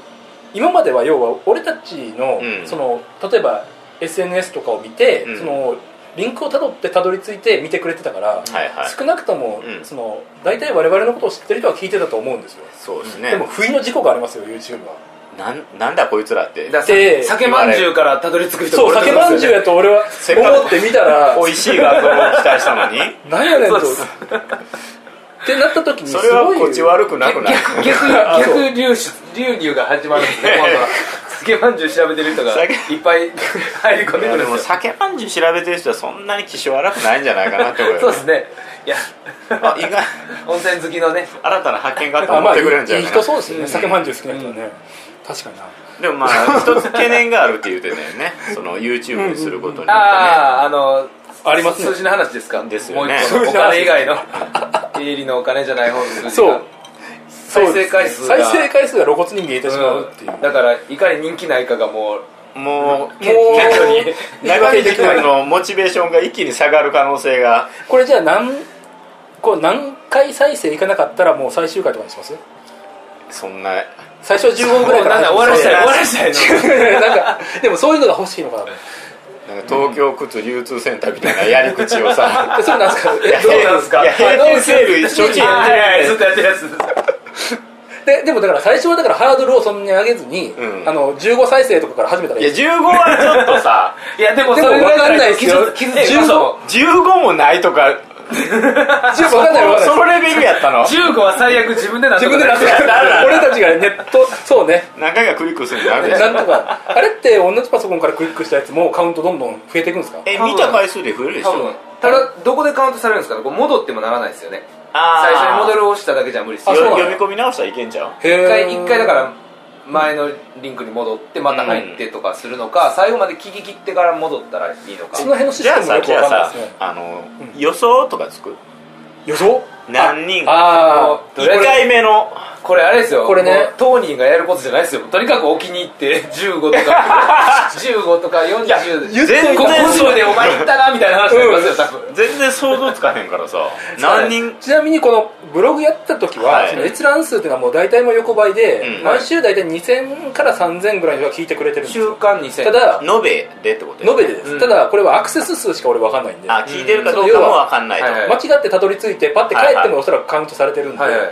Speaker 2: 今までは要は俺たちの,、
Speaker 3: うん
Speaker 2: その例えば SNS とかを見て、
Speaker 3: うん
Speaker 2: そのリンクをたどってたどり着いて見てくれてたから、
Speaker 3: はいはい
Speaker 2: 少なくとも、
Speaker 3: うん
Speaker 2: その大体我々のことを知ってる人は聞いてたと思うんですよ、
Speaker 3: そうですね
Speaker 2: でも不意の事故がありますよ YouTube は
Speaker 3: なんなんだこいつらって
Speaker 1: だからさ
Speaker 2: で
Speaker 1: 酒まんじゅうからたどり着く人
Speaker 2: そう
Speaker 1: がおる
Speaker 2: 酒まんじゅうやと俺は
Speaker 3: せっかく
Speaker 2: 思ってみた
Speaker 3: *laughs*
Speaker 2: ら
Speaker 3: 美味しい画像を期待したのに
Speaker 2: なんやねんとっ
Speaker 1: そうです
Speaker 2: てなった時にす
Speaker 3: そ
Speaker 2: ごい
Speaker 3: れはこっち悪くなくない
Speaker 1: 逆逆逆流出流入が始まるんですね今度は *laughs* 酒まんじゅう調べてる人がいっぱい入り込ん
Speaker 3: い
Speaker 1: でく
Speaker 3: や *laughs* で
Speaker 1: るん
Speaker 3: も
Speaker 1: ですよ
Speaker 3: 酒まんじゅう調べてる人はそんなに気性荒くないんじゃないかなって思うよ
Speaker 1: そうですねいや *laughs*
Speaker 3: あ意外
Speaker 1: 温泉好きのね
Speaker 3: 新たな発見があった
Speaker 2: あ
Speaker 3: と
Speaker 2: ま
Speaker 3: 思っ
Speaker 2: あい
Speaker 3: てくれるんじゃ
Speaker 2: い
Speaker 3: ない
Speaker 2: い
Speaker 3: かな、
Speaker 2: 人そうですよね、酒まんじゅう好きな人はね、確かにな
Speaker 3: でもまあ一つ懸念があるって言うてたよねその YouTube にすることによってね
Speaker 1: あああの
Speaker 2: ありますね
Speaker 1: 数字の話ですか
Speaker 3: ですよね
Speaker 1: もう一個のお
Speaker 2: 数字の話
Speaker 1: 金以外の経理のお金じゃない方の数字が
Speaker 2: そう
Speaker 1: 再生回数が
Speaker 2: 再生回数が露骨に見えてしまうっていう、
Speaker 1: うんだからいかに人気ないかがもう
Speaker 3: もう
Speaker 2: もう
Speaker 1: 顕著に
Speaker 3: 長引くのモチベーションが一気に下がる可能性が
Speaker 2: これじゃあ何こう何回再生いかなかったらもう最終回とかにします
Speaker 3: そんな
Speaker 2: 最初15分ぐらいから
Speaker 1: なんだ終わらしたい終わらしたいの
Speaker 2: いなんかでもそういうのが欲しいのかな
Speaker 3: なんか東京靴流通センターみたいなやり口をさ
Speaker 1: *laughs*
Speaker 2: えそうなんですかえ
Speaker 1: どうなんすか
Speaker 3: いや平均セール一緒にや
Speaker 1: *laughs* は
Speaker 3: っ
Speaker 1: い
Speaker 3: て
Speaker 1: はいず
Speaker 3: る
Speaker 1: っとやってるやつ
Speaker 2: ででもだから最初はだからハードルをそんなに上げずに、
Speaker 3: うん
Speaker 2: あの15再生とかから始めたらいい
Speaker 3: いや15はちょっとさ
Speaker 1: いやでも
Speaker 2: で
Speaker 1: そ
Speaker 2: も
Speaker 1: れぐらい
Speaker 2: わかんない
Speaker 1: で
Speaker 2: ですよ
Speaker 1: 傷つけ
Speaker 2: 15
Speaker 1: そう
Speaker 3: 15もないとか
Speaker 2: 分かんない分かん
Speaker 3: そ
Speaker 2: ない
Speaker 3: のレベルやった
Speaker 2: *laughs*
Speaker 3: の
Speaker 1: 15は最悪自分でな
Speaker 2: 自分
Speaker 1: *laughs*
Speaker 2: でなって俺たちがネットそうね
Speaker 3: 何回かクリックするんじゃなくて
Speaker 2: なんとかあれって同じパソコンからクリックしたやつもカウントどんどん増えていくんですか
Speaker 3: え見た回数で増えるでし
Speaker 1: 多分
Speaker 3: ょ
Speaker 1: ただどこでカウントされるんですかねこう戻ってもならないですよね
Speaker 3: あ
Speaker 1: 最初にモデ
Speaker 3: る
Speaker 1: ルを押しただけじゃ無理です
Speaker 2: あそうなの
Speaker 1: よ
Speaker 3: 呼び込み直したらいけんじゃん
Speaker 2: へ
Speaker 1: 一
Speaker 2: え
Speaker 1: 回一回だから前のリンクに戻ってまた入ってとかするのか、最後まで聞き切ってから戻ったらいいのか
Speaker 2: その辺のシ
Speaker 3: じ
Speaker 2: ス
Speaker 3: ゃ
Speaker 2: テ
Speaker 3: あ
Speaker 2: ムが
Speaker 3: さ
Speaker 2: よく
Speaker 3: じ
Speaker 2: わ
Speaker 3: ゃ
Speaker 2: か
Speaker 3: あ
Speaker 2: んない
Speaker 3: さ
Speaker 2: ですね
Speaker 3: あの、
Speaker 2: うん
Speaker 3: 予想とかつく
Speaker 2: 予想
Speaker 3: 何人か
Speaker 2: ああ
Speaker 1: あと
Speaker 3: 1
Speaker 1: りあえず
Speaker 3: 回目の
Speaker 1: これあれですよ
Speaker 2: これね
Speaker 1: もう当人がやることじゃないですよとにかくお気に入って15と *laughs* か15とか40で
Speaker 2: 言っといた
Speaker 3: 全
Speaker 1: ここ
Speaker 3: 然
Speaker 1: 50でお前行ったなみたいな話になりますよ多分
Speaker 3: 全然想像つかへ
Speaker 2: *laughs*
Speaker 3: んからさ何人
Speaker 2: ちなみにこのブログやってた時は、
Speaker 3: はい
Speaker 2: その閲覧数っていうのはもう大体も横ばいで、
Speaker 3: うん
Speaker 2: 毎週大体2000から3000ぐらいの人が聞いてくれてるんですよ
Speaker 1: 週間2000
Speaker 2: ただ
Speaker 3: 延べでってこと
Speaker 2: 延べでです、
Speaker 1: うん
Speaker 2: ただこれはアクセス数しか俺分かんないんで
Speaker 3: あ
Speaker 2: 間
Speaker 3: 聞いてるかどうかもわかんないと、
Speaker 1: うんはいはい
Speaker 2: 違ってたどり着いてパッて帰っ
Speaker 3: は
Speaker 2: て
Speaker 3: いは
Speaker 2: も
Speaker 3: い
Speaker 2: おそらくカウントされてるんで、
Speaker 1: はいはい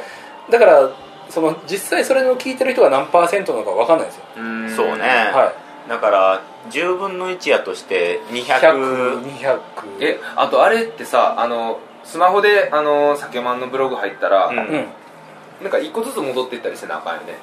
Speaker 2: だからその実際それの聞いてる人が何パーセントなのか分かんないんですよ、
Speaker 3: そうね、
Speaker 2: は
Speaker 3: だから10分の1やとして200
Speaker 2: 100200
Speaker 1: えあとあれってさあのスマホであの酒マンのブログ入ったら、
Speaker 3: うん
Speaker 2: うん
Speaker 1: なんか一個ずつ戻っていったりしてなあかんよね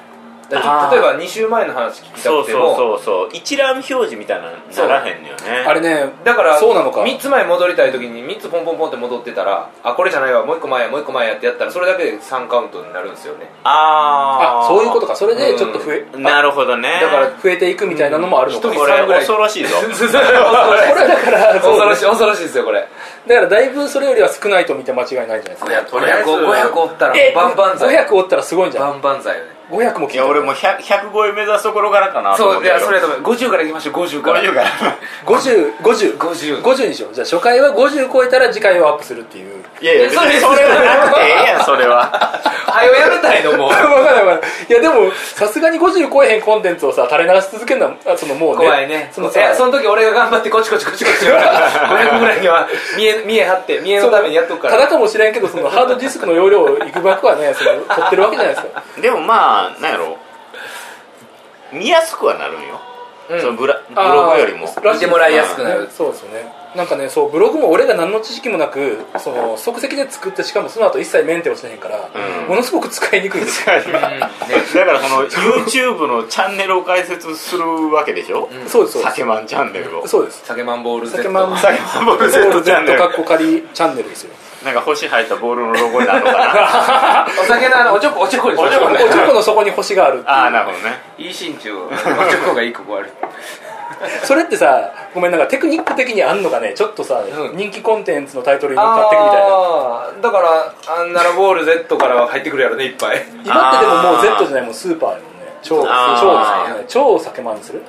Speaker 1: だ
Speaker 2: あ
Speaker 1: か
Speaker 2: ー
Speaker 1: ら例えば2週前の話聞きた
Speaker 3: そ
Speaker 1: く
Speaker 3: う
Speaker 1: て
Speaker 3: そう
Speaker 1: も
Speaker 3: そうそう一覧表示みたいなのならへんのよね
Speaker 2: あれね
Speaker 1: だから
Speaker 2: そうなのか
Speaker 1: 3つ前戻りたい時に3つポンポンポンって戻ってたらあこれじゃないわもう1個前やもう1個前やってやったらそれだけで3カウントになるんですよね
Speaker 3: あ
Speaker 2: あ
Speaker 3: あ
Speaker 2: そういうことかそれでちょっと増え、
Speaker 3: なるほどね
Speaker 2: だから増えていくみたいなのもあるのか、
Speaker 1: うん一人
Speaker 2: こ
Speaker 3: こ
Speaker 2: れ
Speaker 3: れ
Speaker 1: 三ぐらい
Speaker 3: 恐ろしい
Speaker 1: *laughs*
Speaker 3: ぞ
Speaker 2: *laughs* はだからそう
Speaker 1: 恐ろ
Speaker 2: だ
Speaker 1: しい恐ろしいですよこれ
Speaker 2: からだいぶそれよりは少ないと見て間違いないんじゃないですか
Speaker 1: いやとりあえず500おったら
Speaker 2: え
Speaker 1: バンバンザイ
Speaker 2: 500おったらすごいんじゃ
Speaker 1: バ
Speaker 2: ない
Speaker 1: ンバンザイよね
Speaker 2: 500も聞い
Speaker 3: い
Speaker 2: てる
Speaker 3: や俺もう 100, 100超え目指すところからかなと思
Speaker 1: そ
Speaker 3: っ
Speaker 1: うい
Speaker 3: て
Speaker 1: やそれやと思う50からいきましょう50から
Speaker 3: 50から
Speaker 2: 505050
Speaker 1: 50
Speaker 2: にしようじゃあ初回は50超えたら次回はアップするって
Speaker 1: *laughs*
Speaker 2: いう
Speaker 3: いやいや別
Speaker 1: それ
Speaker 3: にそれはなくてええやんそれは
Speaker 1: はよやめたいのもう
Speaker 2: 分かんない分かんないいやでもさすがに50超えへんコンテンツをさ垂れ流し続けるのはあそのもうね
Speaker 1: 怖いね
Speaker 2: その
Speaker 1: いや *laughs* その時俺が頑張ってこちこちこちこち500ぐらいには見え見え張って見えのためにやっとくか
Speaker 2: ただ
Speaker 1: ら
Speaker 2: かもしれんけどそのハードディスクの容量をいくばくはねその取ってるわけじゃないですか
Speaker 3: でもまあなんやろ見やすくはなるんよ、
Speaker 1: うん
Speaker 3: そのブラブログより *laughs* も
Speaker 2: あー
Speaker 1: 見てもらいやすくなる
Speaker 2: ねそうですよねなんかねそうブログも俺が何の知識もなくその即席で作ってしかもその後一切メンテをしてへんから、
Speaker 3: うん
Speaker 2: ものすごく使いにくいんですよ、
Speaker 1: うんね
Speaker 3: だからその YouTube のチャンネルを開設するわけでしょ、
Speaker 1: うん
Speaker 2: そうですそうで
Speaker 3: 酒マンチャンネルを
Speaker 2: すそうです
Speaker 1: 酒マンボール Z
Speaker 2: 酒まん
Speaker 1: あ
Speaker 3: 酒マンボール Z チャンネル
Speaker 2: かっこ仮チャンネルですよ
Speaker 3: なんか星入ったボールのロゴになるの
Speaker 2: *laughs*
Speaker 3: かな
Speaker 1: お酒のあのおちょこおちょこにしましょう
Speaker 3: おちょこね
Speaker 2: おちょこの底に星があるっていう
Speaker 3: ああなるほどね
Speaker 1: いい心中おちょこがいいここある
Speaker 2: それってさごめんなんかテクニック的にあんのかねちょっとさ、
Speaker 1: うん
Speaker 2: 人気コンテンツのタイトルに乗っかってくみたいな
Speaker 1: *laughs* あーだからアンナラボール Z からは入ってくるやろねいっぱい
Speaker 2: 今ってでももう
Speaker 3: あー
Speaker 2: Z じゃないもうスーパーやもんね超超
Speaker 3: あ
Speaker 1: ー
Speaker 2: 超酒まんに
Speaker 1: *laughs*
Speaker 2: する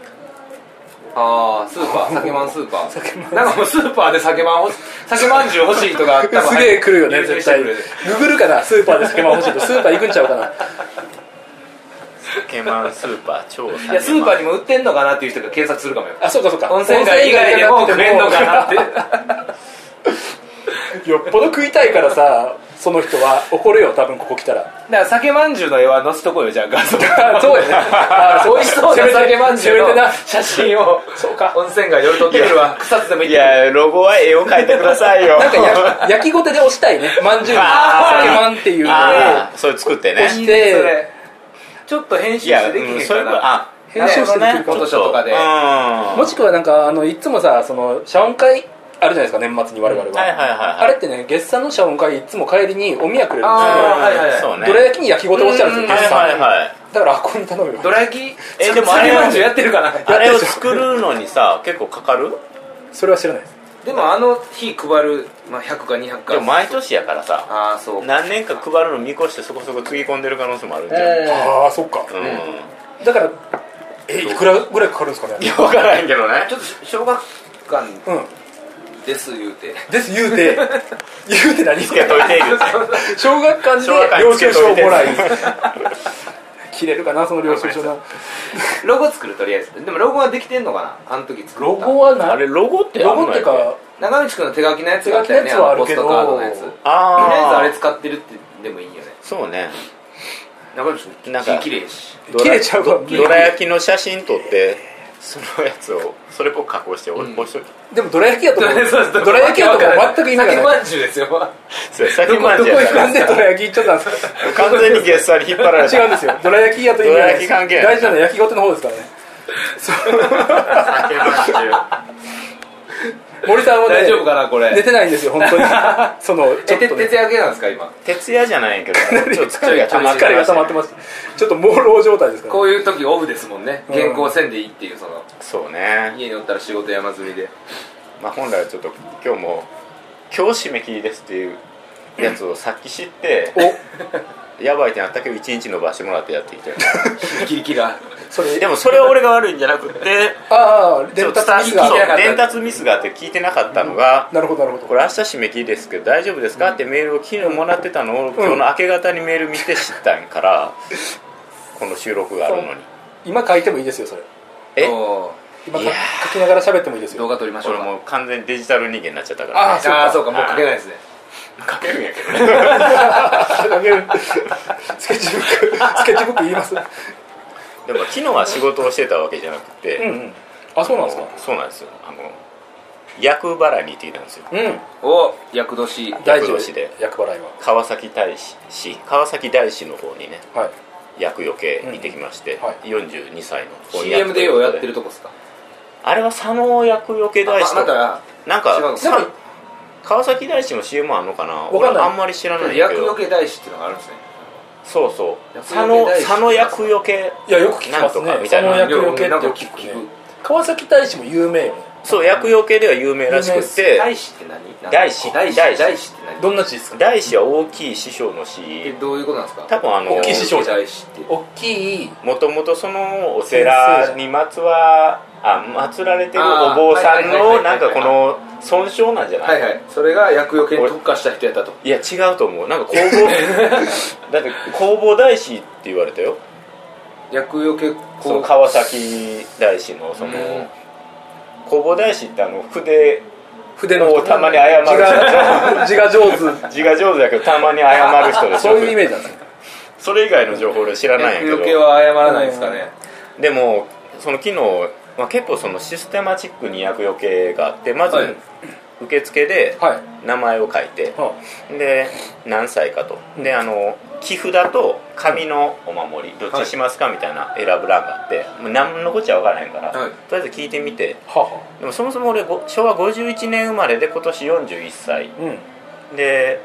Speaker 1: ああスーパー酒まんスーパー
Speaker 2: 酒まん
Speaker 1: なんかもうスーパーで酒まん欲し酒まんじゅう欲しいとかあった
Speaker 2: すげえ来るよね絶対ググるかなスーパーで酒まん欲しいとスーパー行くんちゃうかな
Speaker 3: 酒マンスーパー超酒マン
Speaker 1: いやスーパーにも売ってんのかなっていう人が検索するかもよ
Speaker 2: あそうかそうか
Speaker 1: 温泉街以外でも
Speaker 2: 温泉街
Speaker 1: 食え
Speaker 2: 以
Speaker 1: ん
Speaker 2: 外
Speaker 1: のか
Speaker 2: で
Speaker 1: なって
Speaker 2: も *laughs* よっぽど食いたいからさその人は怒るよ多分ここ来た
Speaker 1: *laughs*
Speaker 2: ら
Speaker 1: だから酒まんじゅうの絵は載せとこうよじゃあ画像
Speaker 2: あそうやねあ
Speaker 1: *laughs* 美味しそうな酒まんじゅう
Speaker 2: せめ
Speaker 1: の
Speaker 2: てな
Speaker 1: 写真を
Speaker 2: そうか
Speaker 1: *laughs* 温泉街夜撮ってくるわ草津でも行
Speaker 3: い
Speaker 1: ってくる
Speaker 3: やロゴは絵を描いてくださいよ
Speaker 2: なんかや
Speaker 3: *laughs*
Speaker 2: 焼きごてで押したいねまんじゅうに
Speaker 3: あー
Speaker 2: 酒まんっていうのを
Speaker 3: ああそれ作ってね
Speaker 2: 押し
Speaker 1: いい
Speaker 2: て
Speaker 1: ねそれちょっと編集
Speaker 3: い
Speaker 1: し
Speaker 3: や、
Speaker 1: てでき
Speaker 3: う
Speaker 1: へ
Speaker 3: ん、
Speaker 1: ん
Speaker 3: そういう
Speaker 1: か
Speaker 3: こと
Speaker 1: な
Speaker 3: あ
Speaker 2: 編集してできるか
Speaker 1: フォトショーとかで
Speaker 3: うん
Speaker 2: もしくはなんかあのいつもさその謝恩会あるじゃないですか年末に我々は、
Speaker 3: はいはいはいはい
Speaker 2: あれってね月産の謝恩会いつも帰りにおみやくれるん
Speaker 1: あーはいはいは
Speaker 2: で
Speaker 3: そう
Speaker 1: い
Speaker 2: すよ
Speaker 3: ね
Speaker 2: どら焼きに焼きごて落ちてあるんですよ
Speaker 3: はい
Speaker 2: 月産、
Speaker 3: はいはい
Speaker 2: だからあここに頼むよ
Speaker 1: どら焼き
Speaker 3: えでもあ
Speaker 1: 酒
Speaker 3: れは
Speaker 1: まんじゅうやってる
Speaker 3: *laughs*
Speaker 1: かな
Speaker 3: あれを作るのにさ結構かかる
Speaker 2: それは知らないです
Speaker 1: でもあの日配る、まあ、100か200か
Speaker 3: でも毎年やからさ
Speaker 1: ああそう
Speaker 3: 何年か配るの見越してそこそこつぎ込んでる可能性もあるんじゃんう
Speaker 1: え
Speaker 2: ああそっか
Speaker 3: ん、
Speaker 2: だからえいくらぐらいかかるんですか
Speaker 3: い
Speaker 2: ね
Speaker 3: や分からへんけどね
Speaker 1: ちょっとし小学館
Speaker 2: うん
Speaker 1: です言うて *laughs*
Speaker 2: です言う
Speaker 3: *laughs*
Speaker 2: て言うて何
Speaker 3: つけといている
Speaker 2: 小学館
Speaker 3: 小学
Speaker 2: で
Speaker 3: 館
Speaker 2: 領収書をもらい
Speaker 3: つけ *laughs* と
Speaker 2: 切れるかなその領収書な
Speaker 1: ロゴ作るとりあえずでもロゴはできてんのかなあの時作った
Speaker 2: ロゴは
Speaker 3: あ
Speaker 2: な
Speaker 3: れロゴってあ
Speaker 2: ロ
Speaker 3: んの
Speaker 2: ゴってか
Speaker 1: 長道くんの手書きのやつがあったよね
Speaker 2: 手書きのやつはある
Speaker 1: の
Speaker 2: け
Speaker 1: ポ
Speaker 2: ど
Speaker 1: ストカードのやつとり
Speaker 3: あ
Speaker 1: あえずあれ
Speaker 3: つ
Speaker 1: 使ってるってでもいいよね
Speaker 3: そうね
Speaker 1: 長道くん
Speaker 3: なんか
Speaker 1: 字綺麗やし *laughs*
Speaker 3: ドラ
Speaker 2: 切れちゃうわ
Speaker 3: どら焼きの写真撮ってそのやつをそれっぽく加工してお
Speaker 1: うん
Speaker 3: 押しといて
Speaker 2: でもどら焼きやと
Speaker 1: *laughs*
Speaker 2: 思うどら焼きやと思う全く意味が
Speaker 1: 酒
Speaker 2: ない
Speaker 1: まんじゅうですよ
Speaker 3: それ先
Speaker 1: どこ
Speaker 3: まん
Speaker 1: ど
Speaker 3: じ
Speaker 1: こ
Speaker 3: ゅうや
Speaker 1: 行く
Speaker 3: から
Speaker 1: の
Speaker 2: なんでどら焼き行っちゃったんですか
Speaker 3: 完全にゲッサーに引っ張
Speaker 2: *laughs*
Speaker 3: られた
Speaker 2: 違うんですよどら焼きやと意味がないです
Speaker 3: どら焼き関係ない
Speaker 2: 大事なのは焼きごての方ですからね
Speaker 3: 酒まんじゅう
Speaker 4: 森さんはね
Speaker 1: *laughs* 大丈夫かなこれ
Speaker 4: 寝てないんですよ本当にそのちょ
Speaker 1: え
Speaker 4: っと、ね
Speaker 1: て徹、夜系なんですか今
Speaker 3: 徹夜じゃないけどちょっと
Speaker 4: 疲
Speaker 3: 疲
Speaker 4: れが
Speaker 3: れが
Speaker 4: 溜
Speaker 3: 溜
Speaker 4: ま
Speaker 3: ま
Speaker 4: っ
Speaker 3: ってて
Speaker 4: ました,、ちょっと朦朧状態ですから
Speaker 1: こういう時オフですもんね原稿せんでいいっていうその
Speaker 3: そうね、
Speaker 1: 家におったら仕事山積みで
Speaker 3: まあ、本来はちょっと今日も「今日締め切りです」っていうやつをさっき知ってやばいってなったけど1日延ばしてもらってやってきたよ
Speaker 1: キリキラ
Speaker 4: それ
Speaker 3: でもそれは俺が悪いんじゃなくて
Speaker 4: ああ
Speaker 3: ちょ
Speaker 4: 伝
Speaker 3: っと
Speaker 4: 達ミスが
Speaker 1: 聞いてなかった
Speaker 3: 伝達ミスがあって聞いてなかったのが、
Speaker 4: なるほどなるほど
Speaker 3: これ明日締め切りですけど大丈夫ですかってメールを昨日もらってたのを今日の明け方にメール見て知ったん *laughs* から、この収録があるのに
Speaker 4: 今書いてもいいですよそれ
Speaker 3: え
Speaker 1: おー
Speaker 4: 今
Speaker 3: い
Speaker 4: 書
Speaker 3: や
Speaker 4: 書きながら喋ってもいいです
Speaker 1: 動
Speaker 4: よ *laughs*
Speaker 1: 画撮りましょう
Speaker 3: 俺
Speaker 1: か
Speaker 3: もう完全にデジタル人間になっちゃったか
Speaker 4: あ
Speaker 3: ら、
Speaker 4: あ
Speaker 3: ね、
Speaker 4: そうか
Speaker 1: ああーそうかもう書けないですね
Speaker 3: 書けるんやけどね
Speaker 4: 書けるスケッチブックスケッチブック言います
Speaker 3: でも昨日は仕事をしてたわけじゃなくて、
Speaker 4: うんうんあそうなんですか
Speaker 3: そうなんですよあの役払いに行ってきたんですよ
Speaker 4: うん
Speaker 1: お厄年
Speaker 4: 大
Speaker 3: 役
Speaker 4: 事
Speaker 3: 同士で
Speaker 4: 役払いは
Speaker 3: 川崎大師川崎大師の方にね
Speaker 4: はい
Speaker 3: 役余計行ってきまして、
Speaker 4: うんはい
Speaker 3: 42歳の翻訳
Speaker 1: CM でようやってるとこっすか
Speaker 3: あれは佐野役余計大師
Speaker 1: あま
Speaker 3: と
Speaker 1: た
Speaker 3: なん
Speaker 1: 違う
Speaker 3: か
Speaker 1: さ
Speaker 4: なんか
Speaker 3: 川崎大師の CM あんのかな
Speaker 4: かんない
Speaker 3: 俺あんまり知らないんだけ
Speaker 1: 厄
Speaker 3: ど
Speaker 1: 除け大師っていうのがあるんですね
Speaker 3: そうそう
Speaker 1: 厄
Speaker 3: 佐
Speaker 1: 除け
Speaker 3: 野
Speaker 1: 大師
Speaker 3: 佐野役よけ
Speaker 4: いやよく聞きます
Speaker 3: なんと
Speaker 4: ね
Speaker 3: かみた
Speaker 4: そ
Speaker 3: いな
Speaker 4: の役よけって
Speaker 1: なんか
Speaker 4: よく
Speaker 1: 聞
Speaker 4: 聞
Speaker 1: く聞
Speaker 4: くね
Speaker 1: く
Speaker 4: 川崎大使も有名よね
Speaker 3: そう役よけでは有名らしくて
Speaker 1: 大師って何
Speaker 3: 大師
Speaker 1: 大師
Speaker 3: 大師
Speaker 1: 大師って何
Speaker 4: どんな字ですか
Speaker 3: 大師は大きい師匠の
Speaker 1: え
Speaker 3: 師
Speaker 1: どういうことなんですか
Speaker 3: 多分あの
Speaker 4: 大きい師匠
Speaker 1: 大師って
Speaker 4: 大きい
Speaker 3: もともとそのお寺にまつわあ祀られてるお坊さん
Speaker 1: あーはいはいはいはいはい
Speaker 3: のなんかこの損傷なんじゃない、
Speaker 1: はいはいそれが厄除けに特化した人やったと
Speaker 3: いや違うと思うなんか弘法だって弘法大師って言われたよ
Speaker 1: 厄除け
Speaker 3: その
Speaker 1: こ
Speaker 3: 川崎大師のその
Speaker 1: うん
Speaker 3: 弘法大師ってあの筆
Speaker 4: 筆の人
Speaker 3: おたまに謝る
Speaker 4: 字が字が上手
Speaker 3: 字が上手だけどたまに謝る人でしょ
Speaker 4: そういうイメージなんですよ
Speaker 3: それ以外の情報で知ら
Speaker 1: う
Speaker 3: ないんやけ
Speaker 1: 厄除け
Speaker 3: ど
Speaker 1: は謝らないですかね
Speaker 3: でもその機能、まあ、結構そのシステマチックに役よけがあってまず
Speaker 1: はい
Speaker 3: 受付で
Speaker 4: はい
Speaker 3: 名前を書いて、
Speaker 4: は
Speaker 3: で何歳かとであの寄付だと紙のお守りどっちにしますかみたいな選ぶ欄があってもう何のこっちゃ分からへんから、
Speaker 1: はい
Speaker 3: とりあえず聞いてみて
Speaker 4: あは
Speaker 3: でもそもそも俺ご昭和51年生まれで今年41歳
Speaker 4: あうん
Speaker 3: で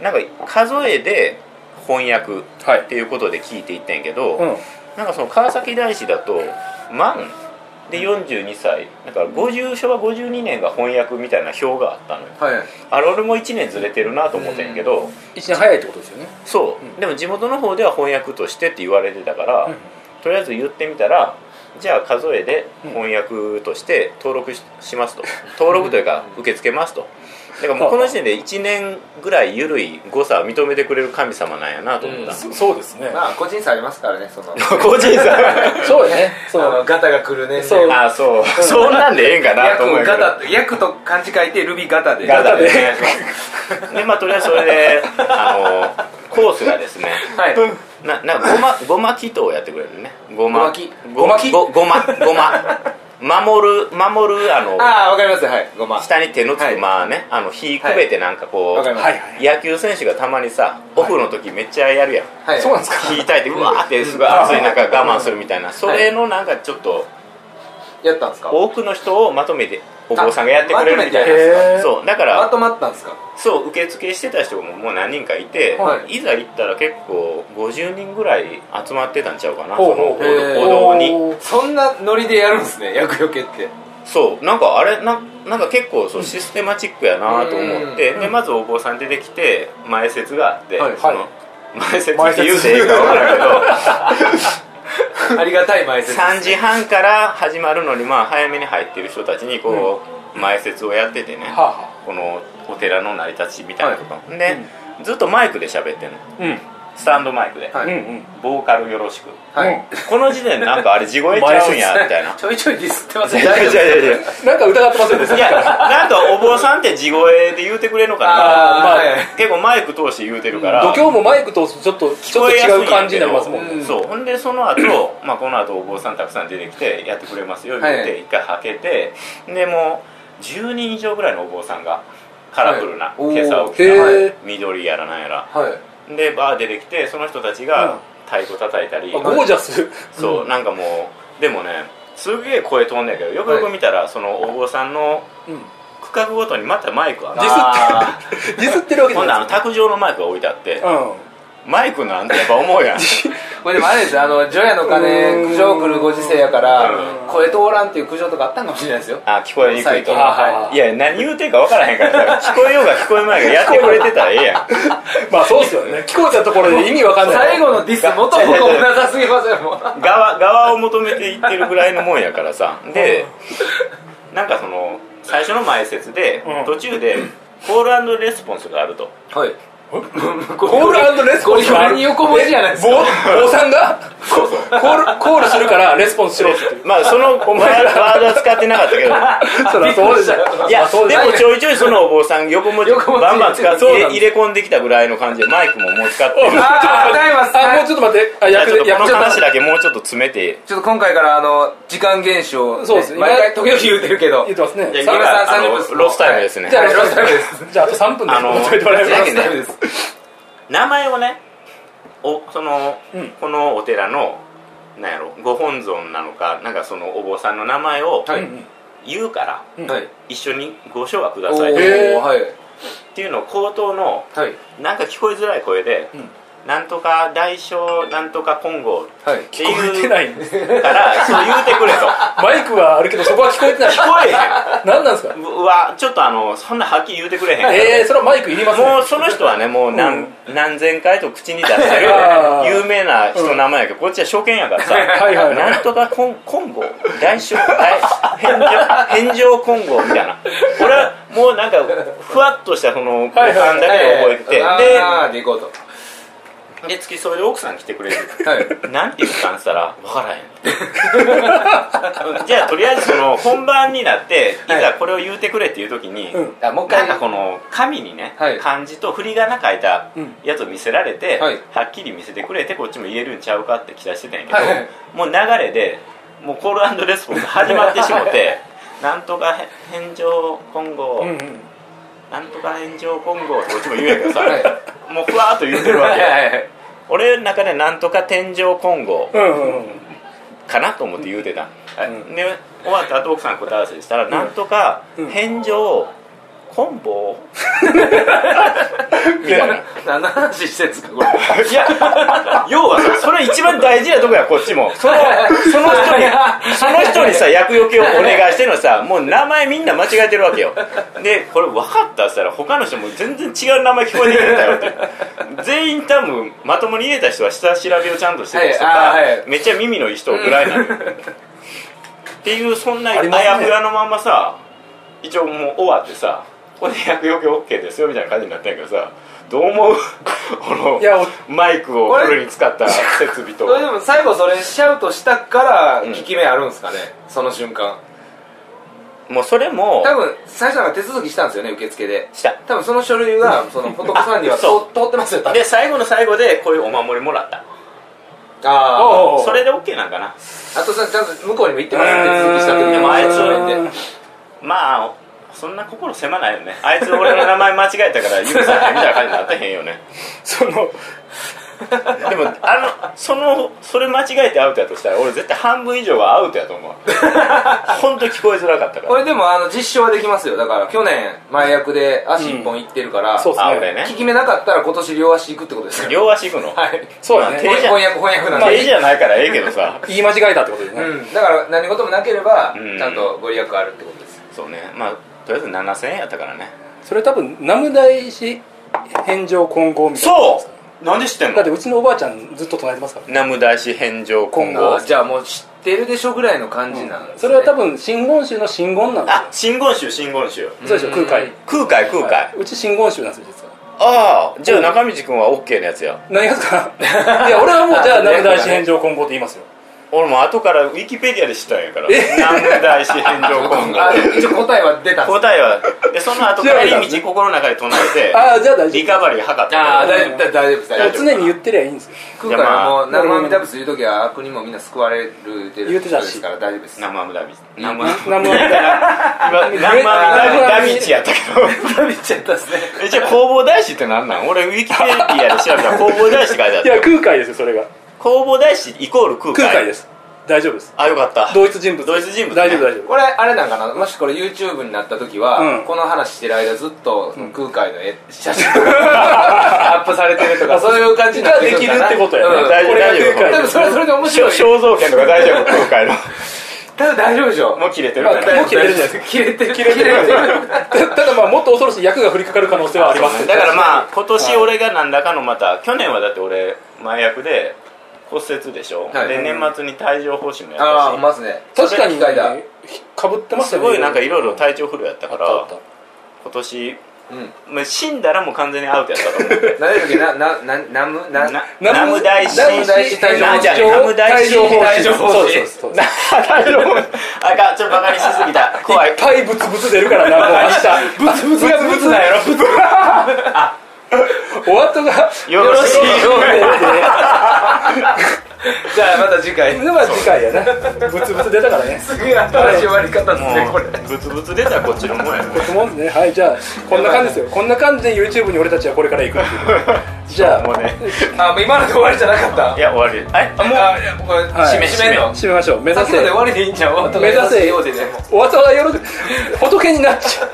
Speaker 3: なんか数えで翻訳
Speaker 4: はい
Speaker 3: っていうことで聞いていってんけど、
Speaker 4: うん
Speaker 3: なんかその川崎大師だと万で42歳だから50昭和52年が翻訳みたいな表があったのよ
Speaker 1: はい
Speaker 3: あれ俺も1年ずれてるなと思ってんけど、
Speaker 4: 一年早いってことですよね
Speaker 3: そう、でも地元の方では翻訳としてって言われてたから、
Speaker 4: うん
Speaker 3: とりあえず言ってみたらじゃあ数えで翻訳として登録ししますと登録というか受け付けますとだからもうこの時点で1年ぐらい緩い誤差を認めてくれる神様なんやなと思った、
Speaker 4: そそうですね
Speaker 1: まあ個人差ありますからねその
Speaker 3: 個人差
Speaker 4: そうよね
Speaker 1: そ
Speaker 4: そうう
Speaker 1: ガタが来るね
Speaker 4: そう
Speaker 3: *laughs* ああそうそうなんでええんかなと思うけど
Speaker 1: 厄ガタ厄と漢字書いてルビガタで
Speaker 3: ガタで
Speaker 4: ガタで
Speaker 3: お願いしますでまあとりあえずそれであのコースがですね
Speaker 1: はい
Speaker 3: ななんかごまごま祈祷をやってくれるねご
Speaker 1: ご
Speaker 3: ま
Speaker 1: まき
Speaker 3: ごまごごまごま守る守るあの
Speaker 1: ああわかりますはいごま
Speaker 3: 下に手のつ
Speaker 1: は
Speaker 3: く
Speaker 1: い
Speaker 3: まあねあの火くべてなんかこ
Speaker 1: わ
Speaker 3: う、
Speaker 1: かります
Speaker 4: はいはい
Speaker 3: 野球選手がたまにさオフの時めっちゃやるやん、
Speaker 1: はい
Speaker 4: そうなんですか
Speaker 3: 火たいてうわーってすごい熱い中我慢するみたいなそれのなんかちょっと
Speaker 1: やったんですか
Speaker 3: 多くの人をまとめてお坊さんがやってくれるみたい
Speaker 1: あまとめてやる
Speaker 3: な
Speaker 4: へえ
Speaker 3: そうだから
Speaker 1: まとまったんですか
Speaker 3: そう受付してた人ももう何人かいて、、
Speaker 1: はい
Speaker 3: ざ行ったら結構50人ぐらい集まってたんちゃうかなそ
Speaker 4: ほ
Speaker 3: の
Speaker 4: うほう
Speaker 3: 歩
Speaker 1: へー
Speaker 3: 道に
Speaker 4: おー
Speaker 1: そんなノリでやるんですね厄除けって
Speaker 3: そうなんかあれななんか結構そうシステマチックやなと思って、
Speaker 4: うん
Speaker 3: でまずお坊さん出てきて前説があって、
Speaker 1: はい
Speaker 3: その
Speaker 4: はい
Speaker 3: 前説って言うていいか分からんけど
Speaker 1: ありがたい前説
Speaker 3: 3時半から始まるのにまあ早めに入ってる人たちにこう、前説をやっててね、
Speaker 4: はあは
Speaker 3: このお寺の成り立ちみたいなこと、で、ずっとマイクで喋ってんの
Speaker 4: あうん
Speaker 3: スタンドマイクで、
Speaker 1: はい
Speaker 4: うんうん
Speaker 3: ボーカルよろしく
Speaker 1: はい
Speaker 3: この時点でなんかあれ地声ちゃうんやみたいな
Speaker 1: ちょいちょいディスってますね
Speaker 3: いやいやいやい
Speaker 4: なんか疑ってませんでした
Speaker 3: やいやなんかお坊さんって地声で言うてくれるのか
Speaker 1: あー
Speaker 3: な
Speaker 1: はい
Speaker 3: 結構マイク通して言うてるから
Speaker 4: 度胸もマイク通すとちょっとちょっと違う感じになりますもん
Speaker 1: うん
Speaker 4: ね
Speaker 3: そうほんでその後、まあこの後お坊さんたくさん出てきてやってくれますよ言っ
Speaker 1: は
Speaker 3: て一回はけてでもう10人以上ぐらいのお坊さんがカラフルな
Speaker 1: はいおー
Speaker 3: 今朝起き
Speaker 4: へ
Speaker 3: た
Speaker 4: ー
Speaker 3: 緑やらなんやら
Speaker 1: はい
Speaker 3: でバー出てきてその人たちが太鼓叩いたり
Speaker 4: あゴージャス
Speaker 3: そうなんかもうでもねすげえ声飛んねんけどよくよく見たら、そのお坊さんの
Speaker 4: うん
Speaker 3: 区画ごとにまたマイクある
Speaker 4: ディス
Speaker 1: あ
Speaker 4: ディスってるわけじ
Speaker 3: ほ
Speaker 4: ゃ
Speaker 3: んな
Speaker 4: な
Speaker 3: ら
Speaker 4: い
Speaker 3: あ
Speaker 4: で
Speaker 3: の卓上のマイクが置いてあって
Speaker 4: すよ
Speaker 3: マイクなんてやっぱ思
Speaker 4: *laughs*
Speaker 3: うやん
Speaker 1: ーこれでもあれですよあの除夜の
Speaker 4: う
Speaker 1: 鐘
Speaker 4: ん
Speaker 1: 苦情来るご時世やから
Speaker 4: うん
Speaker 1: 声通らんっていう苦情とかあったんかもしれないですよ
Speaker 3: あ聞こえにくい
Speaker 1: 最
Speaker 3: と
Speaker 1: 近
Speaker 4: あはい
Speaker 3: や何言うてんか分からへんからさ聞こえようが聞こえまいがやってくれてたらええやん
Speaker 4: うんまあそうっすよね聞こえたところで意味わかんない
Speaker 1: 最後のディス元も子もなさすぎますよもう
Speaker 3: 側側を求めていってるぐらいのもんやからさでなんかその最初の前説で、
Speaker 4: うん
Speaker 3: 途中でコールレスポンスがあると
Speaker 1: はいコ
Speaker 4: コールレスポンスがある
Speaker 1: ゴリゴリに横文字やないですか
Speaker 4: 坊坊さんがコールコールするからレスポンスしろって
Speaker 3: まあそのワーワードは使ってなかったけど
Speaker 4: そらそうですよ
Speaker 3: いや
Speaker 4: そう
Speaker 3: でもちょいちょいそのお坊さん横文字
Speaker 1: 横文字
Speaker 3: バンバン使って
Speaker 1: そうなんだ
Speaker 3: 入れ込んできたぐらいの感じでマイクももう使ってる
Speaker 1: あー歌います
Speaker 4: あもうちょっと待ってあ
Speaker 3: じゃあ
Speaker 4: 役
Speaker 3: ちょっ
Speaker 4: で
Speaker 3: とこ
Speaker 4: 役
Speaker 3: の
Speaker 4: 者
Speaker 3: 話だけもうちょっと詰めて
Speaker 1: ちょっと今回からあの時間厳守をね
Speaker 4: そうですね
Speaker 1: 毎回時々言ってるけど
Speaker 4: 言ってますね
Speaker 3: じゃ
Speaker 1: 今
Speaker 3: あ
Speaker 1: さん
Speaker 3: あ
Speaker 1: 30分です
Speaker 3: のロスタイムですね、
Speaker 4: じゃあ
Speaker 1: はいロスタイムです
Speaker 4: じゃああと3分で *laughs*
Speaker 3: あのー
Speaker 4: 戻ってもらい
Speaker 1: ロ
Speaker 4: ます
Speaker 1: スタイムです
Speaker 3: 名前をねおその、
Speaker 4: うん
Speaker 3: このお寺のなんやろご本尊なのかなんかそのお坊さんの名前を
Speaker 1: は
Speaker 4: う
Speaker 1: い
Speaker 4: ん
Speaker 3: 言うから、
Speaker 4: うん
Speaker 1: はい
Speaker 3: 一緒にご唱和くだ
Speaker 1: お
Speaker 3: さい
Speaker 1: ー
Speaker 3: っ
Speaker 4: へー
Speaker 1: はい
Speaker 3: ていうのを口頭の
Speaker 1: はい
Speaker 3: なんか聞こえづらい声で、
Speaker 4: うん
Speaker 3: なんとか大小なんとか金剛
Speaker 1: はい
Speaker 3: って
Speaker 4: 聞こえ
Speaker 3: い
Speaker 4: て
Speaker 3: う
Speaker 4: な
Speaker 3: か
Speaker 4: いんです
Speaker 3: らそう言うてくれと
Speaker 4: マイクはあるけどそこは聞こえてない
Speaker 3: 聞こえへ
Speaker 4: 何なんですか
Speaker 3: んうわちょっとあのそんなはっきり言うてくれへんから
Speaker 4: えー、それはマイクいりますね
Speaker 3: もうその人はねもう何,、何千回と口に出して
Speaker 4: *laughs*
Speaker 3: る
Speaker 4: あー
Speaker 3: 有名な人の名前やけど、こっちは初見やから
Speaker 4: *laughs*
Speaker 3: さ
Speaker 4: はいはいはい
Speaker 3: なんとかコンコンゴ大将大返上金剛みたいな俺はもうなんかふわっとしたその五
Speaker 4: はい
Speaker 3: 感だけを覚えてて、
Speaker 1: あーで行こう
Speaker 3: でで付き添いで奥さん来てくれる
Speaker 1: とはい
Speaker 3: なんて言ったんって言ったら分から
Speaker 4: *laughs*
Speaker 3: へんじゃあとりあえずその本番になってい
Speaker 1: は
Speaker 3: ざ
Speaker 1: い
Speaker 3: これを言うてくれっていう時に、
Speaker 4: うん
Speaker 1: あもう一
Speaker 3: な
Speaker 1: 回
Speaker 3: んかこの紙にね、
Speaker 1: はい
Speaker 3: 漢字と振り仮名書いたやつを見せられて、
Speaker 1: うんはい
Speaker 3: はっきり見せてくれてこっちも言えるんちゃうかって期待してたんやけど、
Speaker 1: はい
Speaker 3: もう流れでもうコールレスポンス始まってしもてなんとか返上今後、
Speaker 4: うんうん
Speaker 3: なんとか返上今後ってこっちも言うんやけどさ、
Speaker 1: はい
Speaker 3: もうふわーっと言ってるわ
Speaker 1: はいは
Speaker 3: け
Speaker 1: いはい
Speaker 3: 俺の中でなんとか天井今後
Speaker 4: うんうんうん
Speaker 3: かなと思って言うてた、
Speaker 4: ん
Speaker 3: で終わった後奥さん答え合わせしたら、なんとか
Speaker 4: うん
Speaker 3: 返上コンボみたいな
Speaker 1: 何の話してんですかこれ
Speaker 3: いや要はさそれ一番大事なとこやこっちもそのその人にその人にさ厄除けをお願いしてるの
Speaker 1: *laughs*
Speaker 3: さもう名前みんな間違えてるわけよでこれ分かったっつったら他の人も全然違う名前聞こえてきてたよって全員多分まともに入れた人は下調べをちゃんとしてる人とか、
Speaker 1: はいあーはい
Speaker 3: めっちゃ耳のいい人ぐらいなのよっていうそんな
Speaker 4: あ
Speaker 3: あ
Speaker 4: りますね
Speaker 3: やふやのまんまさ一応もう終わってさこれ厄除け OK ですよみたいな感じになったんやけどさどう思うこの
Speaker 4: いやお
Speaker 3: マイクをフルに使った設備と
Speaker 1: それでも最後それシャウトしたから効き目あるんですかねその瞬間
Speaker 3: もうそれも
Speaker 1: 多分最初なんか手続きしたんですよね受付で
Speaker 3: した
Speaker 1: 多分その書類はそのフォトコさんには
Speaker 3: あそう
Speaker 1: 通通ってますよ多分
Speaker 3: で最後の最後でこういうお守りもらった
Speaker 1: あ
Speaker 4: おうおう
Speaker 3: それで OK なんかな
Speaker 1: ああとさちゃんと向こうにも行ってます手続きした時
Speaker 3: でもあいつ
Speaker 1: を
Speaker 3: をまあそんな心狭ないよねあいつ俺の名前間違えたから許さないみたいな感じになってへんよね
Speaker 4: その
Speaker 3: でもあのそのそれ間違えてアウトやとしたら俺絶対半分以上はアウトやと思う本当聞こえづらかったか
Speaker 1: こ
Speaker 3: ら
Speaker 1: れでもあの実証はできますよだから去年前役で足一本いってるから、
Speaker 4: そうっす
Speaker 3: あ
Speaker 4: ね
Speaker 3: 俺ね
Speaker 1: 効き目なかったら今年両足いくってことですよ
Speaker 3: 両足いくの
Speaker 1: はい
Speaker 4: そうだね
Speaker 3: 手じゃ
Speaker 1: *laughs* 翻訳翻訳なん
Speaker 3: まあ
Speaker 1: で、
Speaker 3: いいじゃないからええけどさ
Speaker 4: 言い間違えたってことですね、
Speaker 1: うん、だから何事もなければ、
Speaker 3: うん
Speaker 1: ちゃんとご利益あるってことです
Speaker 3: そうねまあとりあえず7000円やったからね
Speaker 4: それ多分南無大師返上混合みたいな
Speaker 3: そうなんで知ってん
Speaker 4: だって
Speaker 3: の
Speaker 4: うちのおばあちゃんずっと唱えてますからね
Speaker 3: 南無大師返上今
Speaker 4: お
Speaker 3: 後
Speaker 1: あじゃあもう知ってるでしょぐらいの感じなんです、
Speaker 4: そ
Speaker 1: ね
Speaker 4: れは多分真言宗の真言なんで
Speaker 3: あ真言宗真言宗
Speaker 4: すよそうでしょ空海
Speaker 1: うん
Speaker 3: 空海空海、
Speaker 4: うち真言宗なんですよ実は
Speaker 3: ああじゃあ中道君は OK のやつや
Speaker 4: 何がですかいや俺はもうじゃあ南無大師返上混合って言いますよ
Speaker 3: 俺も後からウィキペディアで知ったんやから
Speaker 4: え
Speaker 3: 南無大師返上今
Speaker 1: あ
Speaker 3: 後
Speaker 1: 一応答えは出たんです
Speaker 3: 答えはでその後
Speaker 4: 調べたん
Speaker 3: 帰
Speaker 4: で
Speaker 3: り
Speaker 4: すね
Speaker 3: 道心の中で唱えて
Speaker 4: ああじゃあ大丈
Speaker 3: リカバリー測った
Speaker 1: ああ大丈夫大丈夫です大
Speaker 4: 夫
Speaker 1: 丈夫
Speaker 4: 常に言ってりゃいいんですよ
Speaker 1: 空海はもう南無阿弥陀仏言う時は悪にもみんな救われるって
Speaker 4: 言うてたし
Speaker 1: ですから大丈夫です *laughs*
Speaker 3: 生無駄道生無
Speaker 4: 南無阿弥陀
Speaker 3: 今生無駄道やったけ
Speaker 1: ダビっちゃったですね
Speaker 3: どえじゃあ工房大師ってなんなん俺ウィキペディアで調べたら工房大師って書いてあっ
Speaker 4: い
Speaker 3: た
Speaker 4: や空海ですよそれが
Speaker 3: 工房大師イコール空海
Speaker 4: 空海です
Speaker 2: 大丈夫です
Speaker 3: あよかった
Speaker 2: 同一人物
Speaker 3: 同一人物ね
Speaker 2: 大丈夫大丈夫
Speaker 1: これあれなんかなもしこれ YouTube になった時は、
Speaker 2: うん
Speaker 1: この話してる間ずっとその空海の絵写真アップされてるとかそういう感じになってくるんだな
Speaker 2: ができるってことやね
Speaker 1: うん
Speaker 3: 大丈
Speaker 2: こ
Speaker 3: 夫
Speaker 2: れが
Speaker 3: 大丈夫
Speaker 2: 正解
Speaker 1: でもそれはそれで面白い
Speaker 3: 肖像権とか大丈夫今回の
Speaker 1: 多分大丈夫でしょ
Speaker 3: もう切れてる
Speaker 2: まあもう切れてるじゃないです
Speaker 1: か切れてる切
Speaker 2: 切れてるたただまあもっと恐ろしい役が降りかかる可能性はあります
Speaker 3: だからまあ今年俺が何らかのまた去年はだって俺前役で骨折でしょ、
Speaker 1: はい
Speaker 3: で年末に帯状疱疹もや
Speaker 1: ああ
Speaker 3: っ
Speaker 1: まずね
Speaker 2: 確かに
Speaker 1: 機械だ
Speaker 2: かぶって
Speaker 3: た
Speaker 2: ま
Speaker 3: し
Speaker 2: した
Speaker 3: す
Speaker 2: ね
Speaker 3: ごいなんかいろいろ体調不良やった
Speaker 2: あ
Speaker 3: か
Speaker 2: ったあ
Speaker 3: ら
Speaker 2: った
Speaker 3: 今年
Speaker 1: うん
Speaker 3: まあ死んだらもう完全にアウトやったと思
Speaker 2: *laughs*
Speaker 3: う
Speaker 1: なれる時ななななむな
Speaker 3: な
Speaker 2: ナム
Speaker 3: ナム大師
Speaker 2: ナム大師
Speaker 1: 大丈夫
Speaker 3: なじゃあ
Speaker 1: 大丈夫
Speaker 3: ナム大師
Speaker 2: 大丈 *laughs* 夫
Speaker 1: 大丈夫
Speaker 2: そうですそうですそうです
Speaker 3: な大丈夫あかんちょっとバカにしすぎた怖
Speaker 2: い
Speaker 3: い
Speaker 2: っぱいブツブツ出るからなもう明日ブツブツがブツだよブツお後が
Speaker 3: よろしいようで
Speaker 1: じゃあまた次回
Speaker 2: では次回やなブツブツ出たからね
Speaker 1: すげえ新しい終わり方ですねこれ
Speaker 3: ブツブツ出たらこっちのもんや
Speaker 2: こんなもんですねはいじゃあ *laughs* こんな感じですよこんな感じで YouTube に俺たちはこれから行く
Speaker 1: *laughs*
Speaker 2: っていう *laughs* じゃあ
Speaker 3: もうね
Speaker 1: あもう今ので終わりじゃなかった
Speaker 3: いや終わりあ
Speaker 1: あもうあいやこれ
Speaker 2: はい
Speaker 1: 締め締めんの
Speaker 2: 締めましょう目指
Speaker 1: 先
Speaker 2: せ
Speaker 1: ほどで終わりでいいんじゃん終わったから
Speaker 2: 目指せ
Speaker 1: ようでねもう
Speaker 2: お後がよろ仏になっちゃう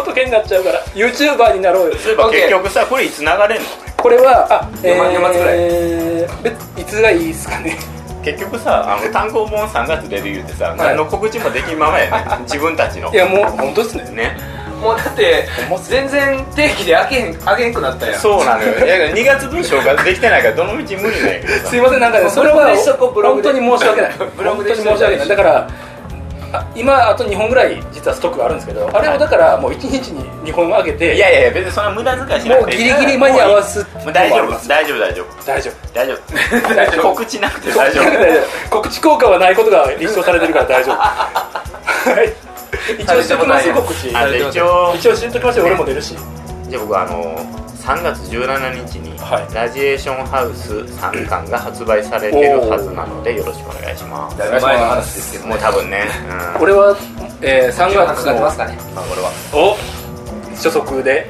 Speaker 1: *laughs*
Speaker 2: 仏になっちゃうから YouTuber になろうよ
Speaker 3: そういえば
Speaker 1: OK
Speaker 3: 結局さこれいつ流れんの
Speaker 2: これはあ
Speaker 1: 四万四万つぐらい
Speaker 2: えー別いつがいいですかね
Speaker 3: 結局さあの単行本3月出る言うてさ、何の告知もできんままやね *laughs* 自分たちの
Speaker 2: いやもう本当ですね
Speaker 3: ね
Speaker 1: もうだって
Speaker 2: ほんまっす
Speaker 1: 全然定期で開けへん開けへんくなったやん
Speaker 3: そうなのよいや2月分紹介できてないからどの道無理なんやけどさ
Speaker 2: すいませんなんかねそれ
Speaker 1: ブロ
Speaker 2: は
Speaker 1: グでしとこうブロ
Speaker 2: 本
Speaker 1: グで
Speaker 2: 当に申し訳ない
Speaker 1: ブロ
Speaker 2: 本
Speaker 1: グ
Speaker 2: 当
Speaker 1: で
Speaker 2: に
Speaker 1: しとこ
Speaker 2: 申
Speaker 1: う
Speaker 2: し訳ないだからあ今あと2本ぐらい実はストックがあるんですけどあれをだからもう1日に2本上げて
Speaker 3: いやいやいや別にそんな無駄遣いしな
Speaker 2: も
Speaker 3: く
Speaker 2: う
Speaker 3: てい
Speaker 2: ギ
Speaker 3: い
Speaker 2: リギリ間に合わすっていう
Speaker 3: も
Speaker 2: のもあ
Speaker 3: う大
Speaker 2: り
Speaker 3: 丈
Speaker 2: ま
Speaker 3: 夫
Speaker 2: す
Speaker 3: 大丈夫大丈夫
Speaker 2: 大丈夫
Speaker 3: 大丈夫
Speaker 2: 大丈夫
Speaker 3: *laughs* 告知なくて大丈夫
Speaker 2: 告知効果はないことが立証されてるから大丈夫はい一応しときますよ告知
Speaker 3: あで一応
Speaker 2: 一応知っときましょう俺も出るし
Speaker 3: じゃあ僕あの3月17日に、
Speaker 2: はい
Speaker 3: ラジエーションハウス3巻が発売されてるはずなのでよろしくお願いします
Speaker 1: だいぶ前の話ですけど
Speaker 3: もう多分ね、うん、
Speaker 2: 俺は、えー、3
Speaker 1: 3月
Speaker 2: 月
Speaker 1: か
Speaker 2: の
Speaker 1: けますかね
Speaker 3: まあこれは
Speaker 2: お所属で、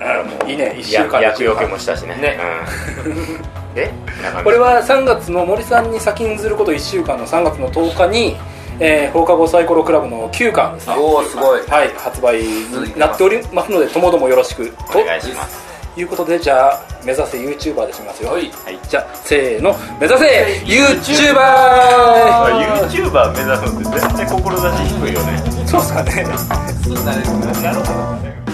Speaker 2: あもういいね1週間
Speaker 3: や
Speaker 2: で
Speaker 3: 厄除けもしたしね
Speaker 1: ね
Speaker 3: *laughs* うん、で中身
Speaker 2: これは3月の森さんに先にずること1週間の3月の10日に、えー放課後サイコロクラブの9巻ですね
Speaker 1: おおすごい
Speaker 2: はい発売になっておりますのでともどもよろしく
Speaker 3: お願いします
Speaker 2: ということでじゃあ目指せ YouTuber でしますよ
Speaker 1: はい
Speaker 3: はい
Speaker 2: じゃあせーの目指せ YouTuber!
Speaker 3: あ YouTuber 目指すのって絶対志低いよね
Speaker 2: そうっすかね
Speaker 1: そうなんですね
Speaker 3: なるほど